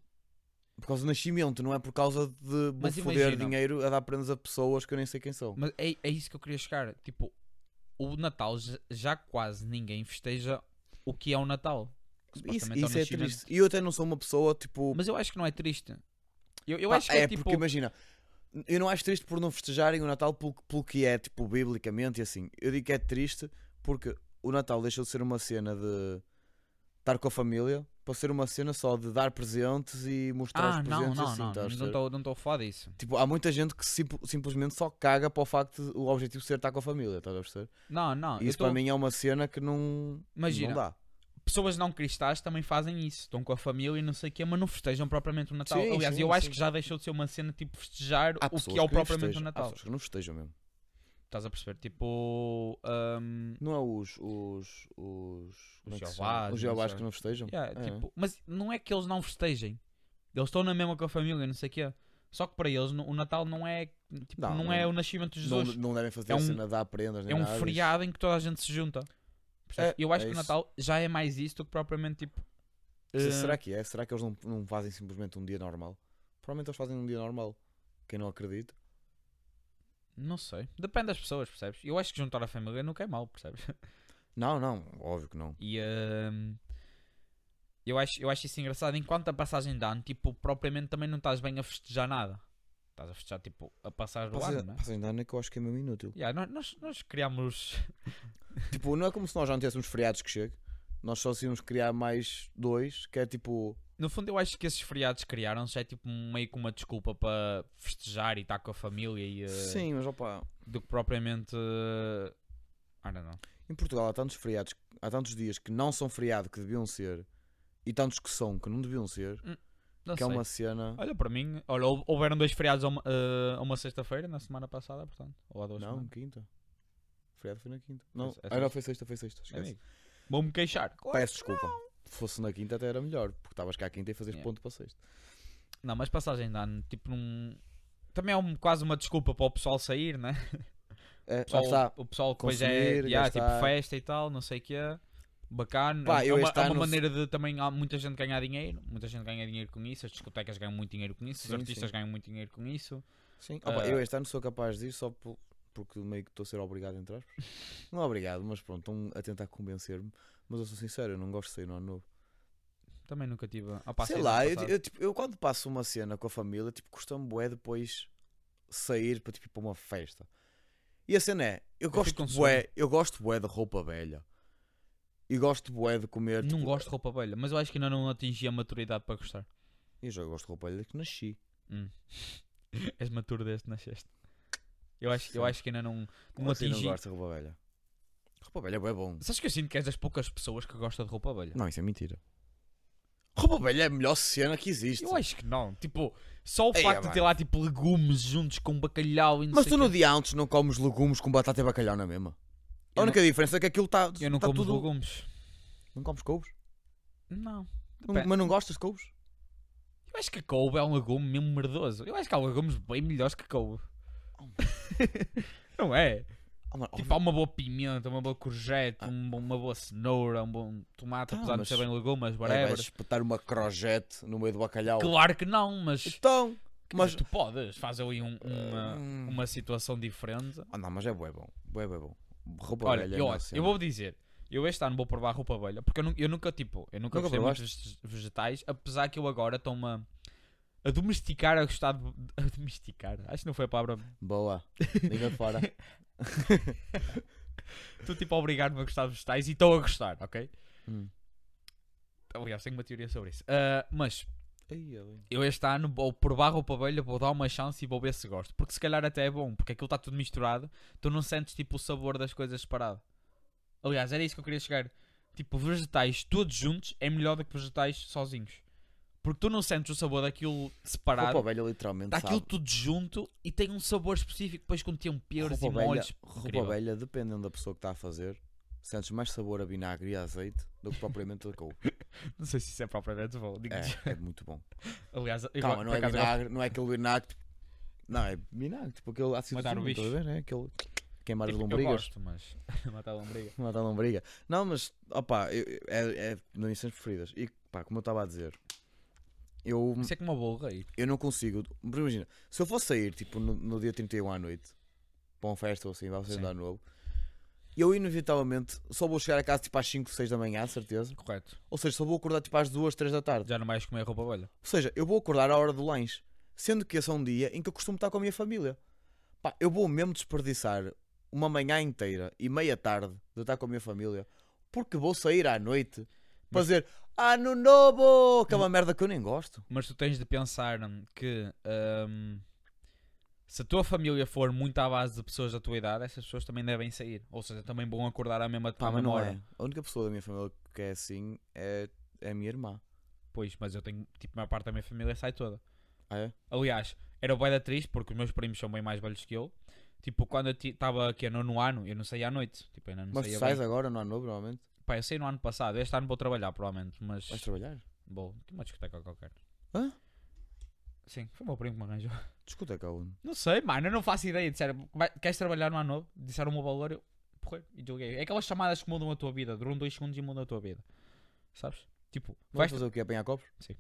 Speaker 1: Por causa do nascimento, não é por causa de vou
Speaker 2: Mas
Speaker 1: foder
Speaker 2: imagina.
Speaker 1: dinheiro a dar prendas a pessoas que eu nem sei quem são.
Speaker 2: Mas é, é isso que eu queria chegar. Tipo, o Natal já, já quase ninguém festeja o que é o Natal. que
Speaker 1: Isso,
Speaker 2: supostamente o
Speaker 1: isso é
Speaker 2: nascimento.
Speaker 1: triste. E eu até não sou uma pessoa tipo.
Speaker 2: Mas eu acho que não é triste. Eu, eu
Speaker 1: Pá,
Speaker 2: acho que é,
Speaker 1: porque
Speaker 2: tipo.
Speaker 1: imagina, eu não acho triste por não festejarem o Natal pelo, pelo que é, tipo, biblicamente e assim. Eu digo que é triste porque o Natal deixou de ser uma cena de estar com a família para ser uma cena só de dar presentes e mostrar
Speaker 2: Ah, não,
Speaker 1: os presentes
Speaker 2: não,
Speaker 1: assim,
Speaker 2: não.
Speaker 1: estás a
Speaker 2: Não
Speaker 1: perceber?
Speaker 2: estou não tô a falar disso.
Speaker 1: Tipo, há muita gente que simp- simplesmente só caga para o facto de o objetivo ser estar com a família, estás a perceber?
Speaker 2: Não, não. eu
Speaker 1: Isso
Speaker 2: tô-
Speaker 1: para mim é uma cena que não,
Speaker 2: Ah, então Imagina,
Speaker 1: não dá.
Speaker 2: pessoas não cristãs também fazem isso. Estão com a família e não sei o quê, mas não festejam propriamente o Natal.
Speaker 1: Sim,
Speaker 2: Aliás,
Speaker 1: sim,
Speaker 2: eu acho
Speaker 1: sim.
Speaker 2: que já deixou de ser uma cena tipo festejar
Speaker 1: Há
Speaker 2: o
Speaker 1: pessoas
Speaker 2: que é o
Speaker 1: nem
Speaker 2: propriamente o
Speaker 1: festejam. Há
Speaker 2: Natal.
Speaker 1: pessoas que não festejam mesmo.
Speaker 2: Estás a perceber? Tipo. hum,
Speaker 1: Não é os. Os. Os. como é que se chama?
Speaker 2: Jeovás,
Speaker 1: Os
Speaker 2: não
Speaker 1: Jeovás
Speaker 2: sei.
Speaker 1: que não festejam.
Speaker 2: yeah,
Speaker 1: É.
Speaker 2: tipo, mas não é que eles não festejam. Eles estão na mesma com a família, não sei o quê. Só que para eles no- o Natal não é, tipo,
Speaker 1: Não,
Speaker 2: não,
Speaker 1: não-
Speaker 2: é o nascimento de
Speaker 1: não,
Speaker 2: Jesus.
Speaker 1: não devem fazer
Speaker 2: É
Speaker 1: a
Speaker 2: um-
Speaker 1: cena de dar prendas nem
Speaker 2: é um
Speaker 1: nada disso.
Speaker 2: feriado em que toda a gente se junta. Percebes? eu acho
Speaker 1: é
Speaker 2: que o
Speaker 1: isso.
Speaker 2: Natal já é mais isso do que propriamente tipo.
Speaker 1: Se-
Speaker 2: hum,
Speaker 1: Será que é? Será que eles não, não fazem simplesmente um dia normal? Provavelmente eles fazem um dia normal. Quem não acredita.
Speaker 2: Não sei. Depende das pessoas, percebes? Eu acho que juntar a família nunca é mal, percebes?
Speaker 1: Não, não, óbvio que não.
Speaker 2: E hum, eu, acho, eu acho isso engraçado. Enquanto a passagem de ano, tipo, propriamente também não estás bem a festejar nada. Estás a festejar, tipo, a passar do ano,
Speaker 1: Passagem
Speaker 2: não é?
Speaker 1: passagem de ano é que eu acho que é mesmo inútil.
Speaker 2: Yeah, nó- nós, nós criámos.
Speaker 1: tipo, não é como se nós já não tivéssemos feriados que chegue. Nós só íamos criar mais dois, que é tipo.
Speaker 2: No fundo, eu acho que esses feriados criaram-se é tipo meio que uma desculpa para festejar e estar com a família e, eh,
Speaker 1: Sim, mas opa.
Speaker 2: do que propriamente. eh, I don't know.
Speaker 1: Em Portugal há tantos feriados, há tantos dias que não são feriado que deviam ser e tantos que são que não deviam ser.
Speaker 2: Não
Speaker 1: que é
Speaker 2: sei.
Speaker 1: uma cena.
Speaker 2: Olha, para mim, olha, hou- houveram dois feriados a uma, eh, a uma sexta-feira na semana passada, portanto. Ou há duas
Speaker 1: Não,
Speaker 2: semanas.
Speaker 1: quinta. Feriado foi na quinta. Não,
Speaker 2: é
Speaker 1: ah, não foi sexta, foi sexta. Esquece.
Speaker 2: Amigo, Vou-me queixar. Claro
Speaker 1: Peço
Speaker 2: que não.
Speaker 1: desculpa. Se fosse na quinta até era melhor, porque estavas cá à quinta e fazias
Speaker 2: Yeah.
Speaker 1: ponto para sexta.
Speaker 2: Não, mas passagem de ano, tipo, num. Também é um- quase uma desculpa para o pessoal sair, né?
Speaker 1: É,
Speaker 2: Pessoal-
Speaker 1: já está.
Speaker 2: O pessoal depois é,
Speaker 1: Consumir,
Speaker 2: yeah, tipo
Speaker 1: gastar.
Speaker 2: festa e tal, não sei o que é. Bacana.
Speaker 1: Pá,
Speaker 2: é,
Speaker 1: eu
Speaker 2: uma- é uma,
Speaker 1: este ano-
Speaker 2: maneira de também há muita gente ganhar dinheiro. Muita gente ganha dinheiro com isso. As discotecas ganham muito dinheiro com isso.
Speaker 1: Sim,
Speaker 2: os artistas
Speaker 1: sim.
Speaker 2: ganham muito dinheiro com isso.
Speaker 1: Sim. Opa,
Speaker 2: Ah.
Speaker 1: eu este ano sou capaz disso só por- porque meio que estou a ser obrigado, entre aspas. não obrigado, mas pronto, estão a tentar convencer-me. Mas eu sou sincero, eu não gosto de sair no ano novo.
Speaker 2: Também nunca tive. Ah, pá,
Speaker 1: Sei
Speaker 2: saí
Speaker 1: lá,
Speaker 2: ano
Speaker 1: eu,
Speaker 2: passado.
Speaker 1: eu, tipo, eu quando passo uma cena com a família, tipo, custa-me bué depois sair para tipo, ir para uma festa. E a cena é, eu,
Speaker 2: fico
Speaker 1: gosto
Speaker 2: com
Speaker 1: bué, eu gosto bué de roupa velha. E gosto bué de comer.
Speaker 2: não
Speaker 1: tipo,
Speaker 2: gosto de roupa velha, mas eu acho que ainda não atingi a maturidade para gostar.
Speaker 1: Eu já gosto de roupa velha que nasci.
Speaker 2: És maturo desde nasceste. Eu acho, eu
Speaker 1: Sim.
Speaker 2: acho que ainda não, não
Speaker 1: Como assim não
Speaker 2: atingi.
Speaker 1: gosta de roupa velha? Roupa velha é bué bom.
Speaker 2: Sabes que eu sinto que és das poucas pessoas que gosta de roupa velha?
Speaker 1: Não, isso é mentira. Roupa velha é a melhor cena que existe.
Speaker 2: Eu acho que não. Tipo, só o
Speaker 1: Ei,
Speaker 2: facto de
Speaker 1: mano.
Speaker 2: ter lá tipo legumes juntos com bacalhau e não
Speaker 1: Mas
Speaker 2: sei
Speaker 1: tu
Speaker 2: quê.
Speaker 1: no dia antes não comes legumes com batata e bacalhau na mesma.
Speaker 2: Eu
Speaker 1: A única diferença é que aquilo está
Speaker 2: Eu não
Speaker 1: tá
Speaker 2: como
Speaker 1: tudo...
Speaker 2: legumes.
Speaker 1: Não comes couves?
Speaker 2: Não.
Speaker 1: Não-
Speaker 2: Depende.
Speaker 1: mas não gostas de couves?
Speaker 2: Eu acho que a couve é um legume mesmo merdoso. Eu acho que há legumes bem melhores que a couve. não é?
Speaker 1: Ah, Oh, mano,
Speaker 2: Tipo, há uma boa pimenta, uma boa courgette,
Speaker 1: Ah.
Speaker 2: um bom- uma boa cenoura, um bom tomate,
Speaker 1: Tá,
Speaker 2: apesar de
Speaker 1: mas-
Speaker 2: ser bem legume, mas
Speaker 1: óbvio,
Speaker 2: whatever.
Speaker 1: oh, vais espetar uma crojete no meio do bacalhau.
Speaker 2: Claro que não, mas,
Speaker 1: Então,
Speaker 2: mas
Speaker 1: mas...
Speaker 2: tu podes fazer ali um- uma,
Speaker 1: Hum.
Speaker 2: uma situação diferente.
Speaker 1: Ah, não, mas é bué bom. Bué, bué bom. Roupa
Speaker 2: Olha, eu,
Speaker 1: velha é a melhor
Speaker 2: olha,
Speaker 1: cena.
Speaker 2: eu vou dizer, eu este ano vou provar roupa velha, porque eu, nu- eu nunca, tipo, eu nunca,
Speaker 1: Nunca
Speaker 2: gostei muito de vegetais, apesar que eu agora estou-me a- a domesticar a gostar de. A domesticar? Acho que não foi a palavra.
Speaker 1: Boa. Liga fora.
Speaker 2: Estou tipo a obrigar-me a gostar de vegetais e estou a gostar, ok?
Speaker 1: Hum.
Speaker 2: Aliás, tenho uma teoria sobre isso. Ah, mas
Speaker 1: Ai, ali.
Speaker 2: eu este ano, ou por barra ou por abelha, vou dar uma chance e vou ver se gosto. Porque se calhar até é bom, porque aquilo está tudo misturado, tu não sentes tipo o sabor das coisas separado. Aliás, era isso que eu queria chegar. Tipo, vegetais todos juntos é melhor do que vegetais sozinhos. Porque tu não sentes o sabor daquilo
Speaker 1: Roupa
Speaker 2: separado.
Speaker 1: velha literalmente
Speaker 2: Está aquilo
Speaker 1: sabe.
Speaker 2: tudo junto e tem um sabor específico, depois com temperos e
Speaker 1: roupa velha,
Speaker 2: molhos.
Speaker 1: roupa
Speaker 2: incrível.
Speaker 1: velha, dependendo da pessoa que está a fazer, sentes mais sabor a vinagre e a azeite do que propriamente a couve.
Speaker 2: Não sei se isso é propriamente bom. digo-te já.
Speaker 1: É, é muito bom.
Speaker 2: Aliás, eu-
Speaker 1: Calma, não
Speaker 2: por
Speaker 1: é
Speaker 2: acaso, eu-
Speaker 1: vinagre, não é aquele vinagre. tipo- Não, é vinagre, tipo aquele ácido
Speaker 2: Matar o
Speaker 1: estás a
Speaker 2: bicho.
Speaker 1: ver? É aquele queimar as
Speaker 2: tipo, eu
Speaker 1: é lombrigas.
Speaker 2: gosto, mas matar a lombriga.
Speaker 1: Matar lombriga. Não, mas, opá, eu- eu- é, é das minhas cenas preferidas. E, pá, como eu estava a dizer, eu,
Speaker 2: Isso é como uma boa rei.
Speaker 1: eu não consigo. Mas imagina, se eu fosse sair, tipo, no, no dia 31 à noite, para uma festa ou assim, vai ser
Speaker 2: Sim.
Speaker 1: de ano novo, eu inevitavelmente só vou chegar a casa tipo às 5, 6 da manhã, de certeza.
Speaker 2: Correto.
Speaker 1: Ou seja, só vou acordar tipo às 2, 3 da tarde.
Speaker 2: Já não vais comer roupa velha.
Speaker 1: Ou seja, eu vou acordar à hora do lanche, sendo que esse é um dia em que eu costumo estar com a minha família. Pá, eu vou mesmo desperdiçar uma manhã inteira e meia tarde de estar com a minha família, porque vou sair à noite para
Speaker 2: Mas-
Speaker 1: dizer Ano Novo! Que é uma merda que eu nem gosto.
Speaker 2: Mas tu tens de pensar hum, que hum, se a tua família for muito à base de pessoas da tua idade, essas pessoas também devem sair. Ou seja, também vão acordar à mesma,
Speaker 1: Pá,
Speaker 2: à
Speaker 1: mas
Speaker 2: mesma
Speaker 1: não
Speaker 2: hora.
Speaker 1: é. A única pessoa da minha família que é assim é, é a minha irmã.
Speaker 2: Pois, mas eu tenho, tipo, a maior parte da minha família sai toda.
Speaker 1: Ah, é?
Speaker 2: Aliás, era bué da triste porque os meus primos são bem mais velhos que eu. Tipo, quando eu estava aqui no nono ano, eu não saía à noite. Tipo, ainda não
Speaker 1: Mas tu
Speaker 2: saía
Speaker 1: sais
Speaker 2: bem.
Speaker 1: agora no Ano Novo, normalmente?
Speaker 2: Pá, eu saí no ano passado. Este ano vou trabalhar, provavelmente, mas...
Speaker 1: Vais trabalhar?
Speaker 2: Bom, tem uma discoteca qualquer.
Speaker 1: Hã?
Speaker 2: Sim, foi o meu primo que me arranjou.
Speaker 1: Discuta cá, Uno.
Speaker 2: Não sei, mano, eu não faço ideia. Disseram, "Vai- queres trabalhar no ano novo? Disseram o meu valor, eu porra, e joguei. É aquelas chamadas que mudam a tua vida, duram dois segundos e mudam a tua vida. Sabes? Tipo,
Speaker 1: Vais
Speaker 2: vais.
Speaker 1: fazer o quê? Apanhar copos?
Speaker 2: Sim.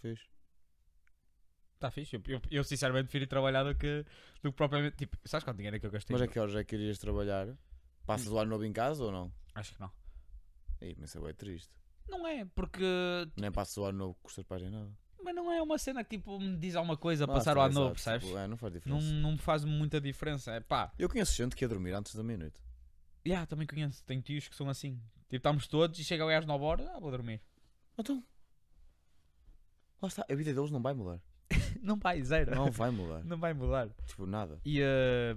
Speaker 1: Fiz.
Speaker 2: Tá fixe. Eu, eu- eu, sinceramente prefiro ir trabalhar do que, do que propriamente. Tipo, sabes quanto dinheiro é que eu gastei?
Speaker 1: Mas a que horas é que irias trabalhar? Passas
Speaker 2: Hum.
Speaker 1: o Ano Novo em casa ou não?
Speaker 2: Acho que não.
Speaker 1: Ih, mas isso é bué triste.
Speaker 2: Não é, porque.
Speaker 1: Nem passas o ano novo com os teus pais nem nada.
Speaker 2: Mas não é uma cena que tipo me diz alguma coisa
Speaker 1: Ah,
Speaker 2: passar o
Speaker 1: tá,
Speaker 2: ano novo,
Speaker 1: exato,
Speaker 2: percebes?
Speaker 1: tipo, é, não faz
Speaker 2: não,
Speaker 1: diferença.
Speaker 2: não me faz muita diferença. É pá,
Speaker 1: Eu conheço gente que ia dormir antes da meia-noite.
Speaker 2: yeah, também conheço. Tenho tios que são assim. Tipo, estamos todos e chega ali às 9 horas, ah, vou dormir.
Speaker 1: Então. Lá está, a vida deles não vai mudar.
Speaker 2: Não vai, zero.
Speaker 1: Não vai mudar.
Speaker 2: Não vai mudar.
Speaker 1: tipo, nada.
Speaker 2: E eh,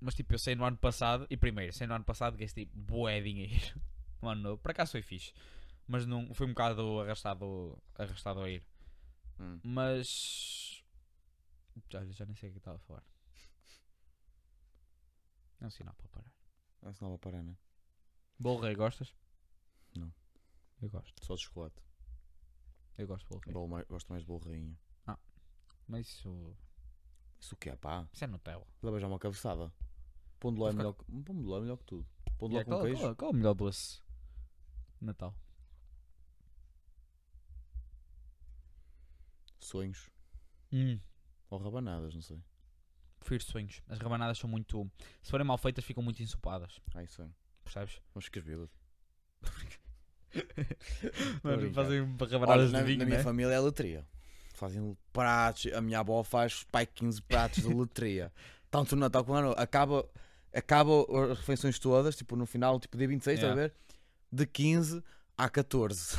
Speaker 2: Mas tipo, eu sei no ano passado, e primeiro, sei no ano passado gastei bué dinheiro. No ano novo, para cá foi fixe. Mas não, foi um bocado arrastado, arrastado a ir.
Speaker 1: Hum.
Speaker 2: Mas. Olha, já nem sei o que estava a falar. É um sinal para parar.
Speaker 1: Ah, senão vai parar, né?
Speaker 2: Bolo rei, gostas?
Speaker 1: Não.
Speaker 2: Eu gosto.
Speaker 1: Só de chocolate.
Speaker 2: Eu gosto de bolo rei.
Speaker 1: Bolo mais- gosto mais de bolo rainha.
Speaker 2: Mas isso.
Speaker 1: Isso o que é, pá?
Speaker 2: Isso é Nutella.
Speaker 1: Leva já uma cabeçada. Pão de ló é
Speaker 2: Então Fica-
Speaker 1: melhor que, um pão de ló é melhor que tudo. Pão de
Speaker 2: E
Speaker 1: ló
Speaker 2: é,
Speaker 1: com
Speaker 2: qual,
Speaker 1: queijo.
Speaker 2: qual- qual é o melhor doce? de Natal.
Speaker 1: Sonhos.
Speaker 2: Hum.
Speaker 1: Ou rabanadas, não sei.
Speaker 2: Prefiro sonhos. As rabanadas são muito. Se forem mal feitas, ficam muito ensopadas.
Speaker 1: Ai, sonho.
Speaker 2: Percebes?
Speaker 1: Mas ficas bêbado.
Speaker 2: Mano,
Speaker 1: brincar.
Speaker 2: fazem
Speaker 1: Olha,
Speaker 2: rabanadas
Speaker 1: na,
Speaker 2: de vinho,
Speaker 1: na minha
Speaker 2: né?
Speaker 1: família é letria. Fazem pratos. A minha avó faz pai 15 pratos de letria. Tanto no Natal como no Ano. Acaba, acaba as refeições todas, tipo no final, tipo dia 26, estás a ver? De 15 a 14.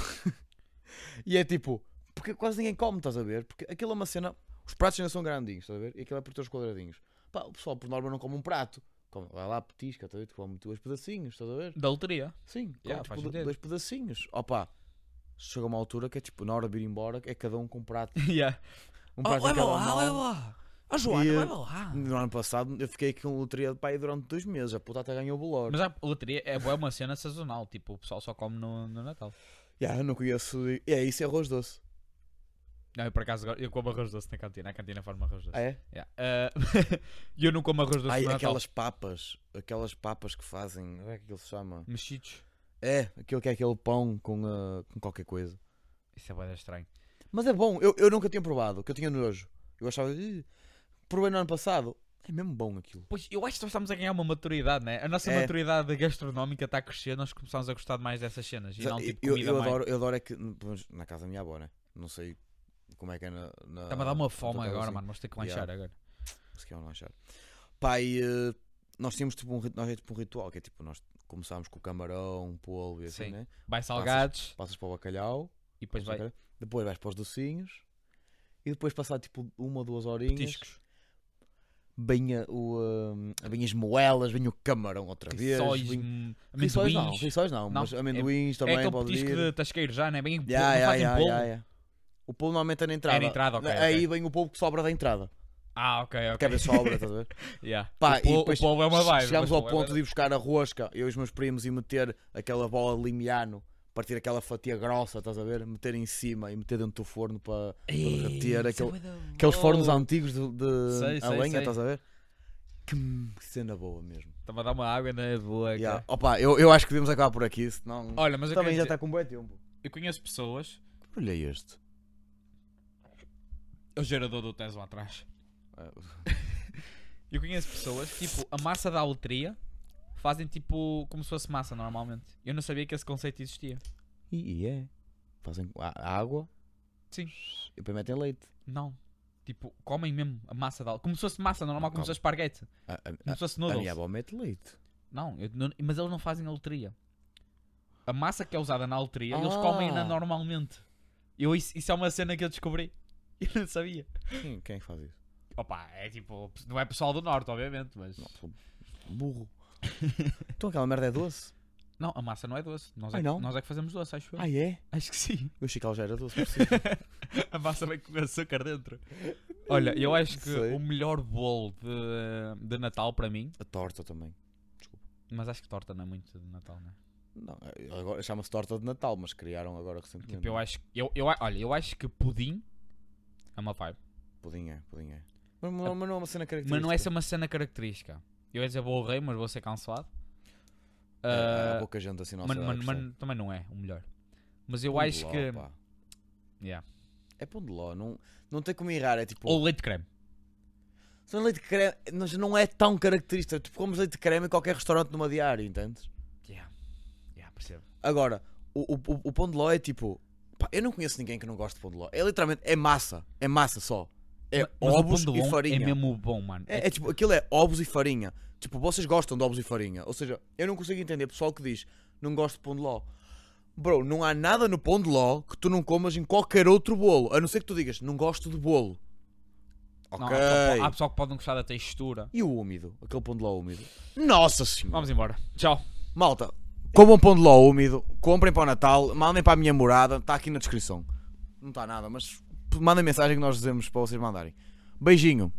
Speaker 1: e é tipo, porque quase ninguém come, estás a ver? Porque aquilo é uma cena. Os pratos ainda são grandinhos, estás a ver? E aquilo é por teus quadradinhos. Pá, o pessoal por norma não come um prato. Come, vai lá, petisca, estás a ver? Come dois pedacinhos, estás a ver?
Speaker 2: Da loteria.
Speaker 1: Sim,
Speaker 2: Yeah,
Speaker 1: come,
Speaker 2: faz
Speaker 1: tipo, do-
Speaker 2: sentido.
Speaker 1: dois pedacinhos. Opa, chega uma altura que é tipo, na hora de ir embora, é cada um com um prato.
Speaker 2: yeah. Oh,
Speaker 1: Um prato
Speaker 2: é
Speaker 1: em cada mão.
Speaker 2: lá. A
Speaker 1: E, eh,
Speaker 2: lá.
Speaker 1: No ano passado eu fiquei com loteria de pai durante dois meses. A puta até ganhou o bolor.
Speaker 2: Mas a loteria é é uma cena sazonal. Tipo, o pessoal só come no, no Natal.
Speaker 1: Yeah, eu não conheço. e É isso, é arroz doce.
Speaker 2: Não, eu por acaso agora- eu como arroz doce na cantina. A cantina forma arroz doce.
Speaker 1: Ah, é?
Speaker 2: Yeah. Ah, E eu não como arroz doce
Speaker 1: Ai,
Speaker 2: no Natal.
Speaker 1: aquelas papas. Aquelas papas que fazem. Como é que aquilo se chama?
Speaker 2: Mexidos.
Speaker 1: É, aquilo que é aquele pão com, ah, com qualquer coisa.
Speaker 2: Isso é bué da estranho.
Speaker 1: Mas é bom. Eu, eu nunca tinha provado, que eu tinha nojo. Eu achava. "Ih, Provei no ano passado. É mesmo bom aquilo.
Speaker 2: Pois, eu acho que nós estamos a ganhar uma maturidade, né? A nossa
Speaker 1: É.
Speaker 2: maturidade gastronómica está a crescer, nós começamos a gostar mais dessas cenas. E
Speaker 1: Exa-
Speaker 2: não tipo
Speaker 1: eu,
Speaker 2: comida
Speaker 1: eu
Speaker 2: mãe.
Speaker 1: adoro, eu adoro é que, pelo menos na casa da minha avó, né? Não sei como é que é na. na
Speaker 2: Está-me a dar uma
Speaker 1: no
Speaker 2: fome
Speaker 1: Totó,
Speaker 2: agora,
Speaker 1: assim. é
Speaker 2: mano. Vamos ter que
Speaker 1: Yeah.
Speaker 2: lanchar agora.
Speaker 1: Se quer não achar. Pá, e, um eh, nós tínhamos tipo um, rit- nós é tipo um ritual, que é tipo, nós começámos com o camarão, o polvo e assim,
Speaker 2: Sim.
Speaker 1: né?
Speaker 2: Vai salgados
Speaker 1: Passas para o bacalhau,
Speaker 2: e depois
Speaker 1: não sei
Speaker 2: vai
Speaker 1: o quê. depois vais para os docinhos e depois passar tipo uma ou duas horinhas.
Speaker 2: petiscos.
Speaker 1: Bem a, o, ah, bem as moelas, bem o camarão outra vez.
Speaker 2: Rissóis,
Speaker 1: bem-
Speaker 2: hum,
Speaker 1: Rissóis não,
Speaker 2: amendoins.
Speaker 1: rissóis não,
Speaker 2: Não,
Speaker 1: mas
Speaker 2: é-
Speaker 1: amendoins
Speaker 2: É
Speaker 1: também
Speaker 2: aquele
Speaker 1: pode
Speaker 2: petisco
Speaker 1: vir.
Speaker 2: de tasqueiro já, não é? Bem,
Speaker 1: Ya,
Speaker 2: não
Speaker 1: ya,
Speaker 2: fazem
Speaker 1: ya,
Speaker 2: bolo.
Speaker 1: ya, ya. O povo normalmente é na entrada.
Speaker 2: entrada, ok,
Speaker 1: Aí
Speaker 2: ok.
Speaker 1: vem o povo que sobra da entrada.
Speaker 2: Ah, ok, ok.
Speaker 1: Porque às vezes sobra, estás a ver?
Speaker 2: Yeah.
Speaker 1: Pá,
Speaker 2: o, povo,
Speaker 1: e depois
Speaker 2: o povo é uma vibe.
Speaker 1: chegámos
Speaker 2: mas
Speaker 1: ao
Speaker 2: o povo é
Speaker 1: ponto de ir buscar a rosca, eu e os meus primos, e meter aquela bola de limiano, partir aquela fatia grossa, estás a ver? Meter em cima e meter dentro do forno para
Speaker 2: Ei, isso
Speaker 1: derreter
Speaker 2: é
Speaker 1: aquele-
Speaker 2: bué da
Speaker 1: aqueles
Speaker 2: bom.
Speaker 1: fornos antigos de, de
Speaker 2: Sei,
Speaker 1: a
Speaker 2: sei,
Speaker 1: lenha,
Speaker 2: sei.
Speaker 1: estás a ver? Que cena boa mesmo.
Speaker 2: Está-me a dar uma água na boa. cara.
Speaker 1: Yeah. Opa, eu, eu acho que devemos acabar por aqui, senão
Speaker 2: Olha, mas eu,
Speaker 1: também
Speaker 2: quero dizer-
Speaker 1: já está com um bom tempo.
Speaker 2: eu conheço pessoas.
Speaker 1: Que barulho é este?
Speaker 2: É o gerador do Tesla atrás.
Speaker 1: Ah,
Speaker 2: Eu conheço pessoas que, tipo, a massa da aletria fazem tipo como se fosse massa normalmente. Eu não sabia que esse conceito existia.
Speaker 1: E, e é. Fazem a- água
Speaker 2: Sim.
Speaker 1: e depois metem leite.
Speaker 2: Não. Tipo, comem mesmo a massa da Como se fosse massa normal,
Speaker 1: Não Ah,
Speaker 2: como se
Speaker 1: come.
Speaker 2: fosse esparguete.
Speaker 1: A, a-
Speaker 2: Como
Speaker 1: a-
Speaker 2: se fosse
Speaker 1: a
Speaker 2: noodles.
Speaker 1: minha avó mete leite.
Speaker 2: Não, eu não- mas eles não fazem aletria. A massa que é usada na aletria, eles
Speaker 1: Ah.
Speaker 2: comem-na normalmente. Eu, isso, isso é uma cena que eu descobri. Eu não sabia.
Speaker 1: Quem, quem é que faz isso?
Speaker 2: Opa, é tipo. Não é pessoal do norte, obviamente, mas.
Speaker 1: Não, sou burro. então aquela merda é doce?
Speaker 2: Não, a massa não é doce. Nós,
Speaker 1: Ai,
Speaker 2: é, que-
Speaker 1: não?
Speaker 2: nós é que fazemos doce, acho eu.
Speaker 1: Ah, é?
Speaker 2: Acho que sim.
Speaker 1: Eu achei que ela já era doce. por cima.
Speaker 2: A massa vem com açúcar dentro. Olha, eu acho que
Speaker 1: Sei.
Speaker 2: o melhor bolo de, de Natal para mim.
Speaker 1: a torta também.
Speaker 2: Mas acho que torta não é muito de Natal, né?
Speaker 1: Não, agora chama-se torta de Natal, mas criaram agora recentemente.
Speaker 2: Tipo, eu acho. Eu, eu, a- olha, eu acho que pudim é uma vibe.
Speaker 1: Pudim é, pudim é. Mas, mas não é uma cena característica.
Speaker 2: Mas não é essa uma cena característica. Eu ia dizer bolo rei, mas vou ser cancelado.
Speaker 1: É, é,
Speaker 2: Ah,
Speaker 1: há pouca gente assim, nossa.
Speaker 2: mano,
Speaker 1: idade
Speaker 2: mano,
Speaker 1: que sabe.
Speaker 2: mano, também não é o melhor. Mas eu
Speaker 1: Pão de
Speaker 2: acho
Speaker 1: ló,
Speaker 2: que.
Speaker 1: pá.
Speaker 2: Yeah.
Speaker 1: É pão de ló, não, não tem como errar. É tipo.
Speaker 2: Ou leite de creme.
Speaker 1: Se não é leite de creme, mas não é tão característico. Tu comes leite de creme em qualquer restaurante numa diária, entendes?
Speaker 2: Yeah. Yeah, percebo.
Speaker 1: Agora, o, o, o- o pão de ló é tipo. pá, eu não conheço ninguém que não goste de pão de ló. É literalmente. É massa. É massa só. É
Speaker 2: Ma- mas o
Speaker 1: ovos
Speaker 2: pão de ló
Speaker 1: e farinha.
Speaker 2: É mesmo bom, mano.
Speaker 1: É, é tipo, aquilo é ovos e farinha. Tipo, vocês gostam de ovos e farinha. Ou seja, eu não consigo entender pessoal que diz não gosto de pão de ló. Bro, não há nada no pão de ló que tu não comas em qualquer outro bolo. A não ser que tu digas não gosto de bolo. tipo,
Speaker 2: Não,
Speaker 1: Ok.
Speaker 2: há, pessoal, há pessoal que pode não gostar da textura.
Speaker 1: E o úmido? Aquele pão de ló úmido? Nossa senhora!
Speaker 2: Vamos embora. Tchau.
Speaker 1: Malta, comam pão de ló úmido, comprem para o Natal, mandem para a minha morada, está aqui na descrição. Não está nada, mas mandem mensagem que nós dizemos para vocês mandarem. Beijinho.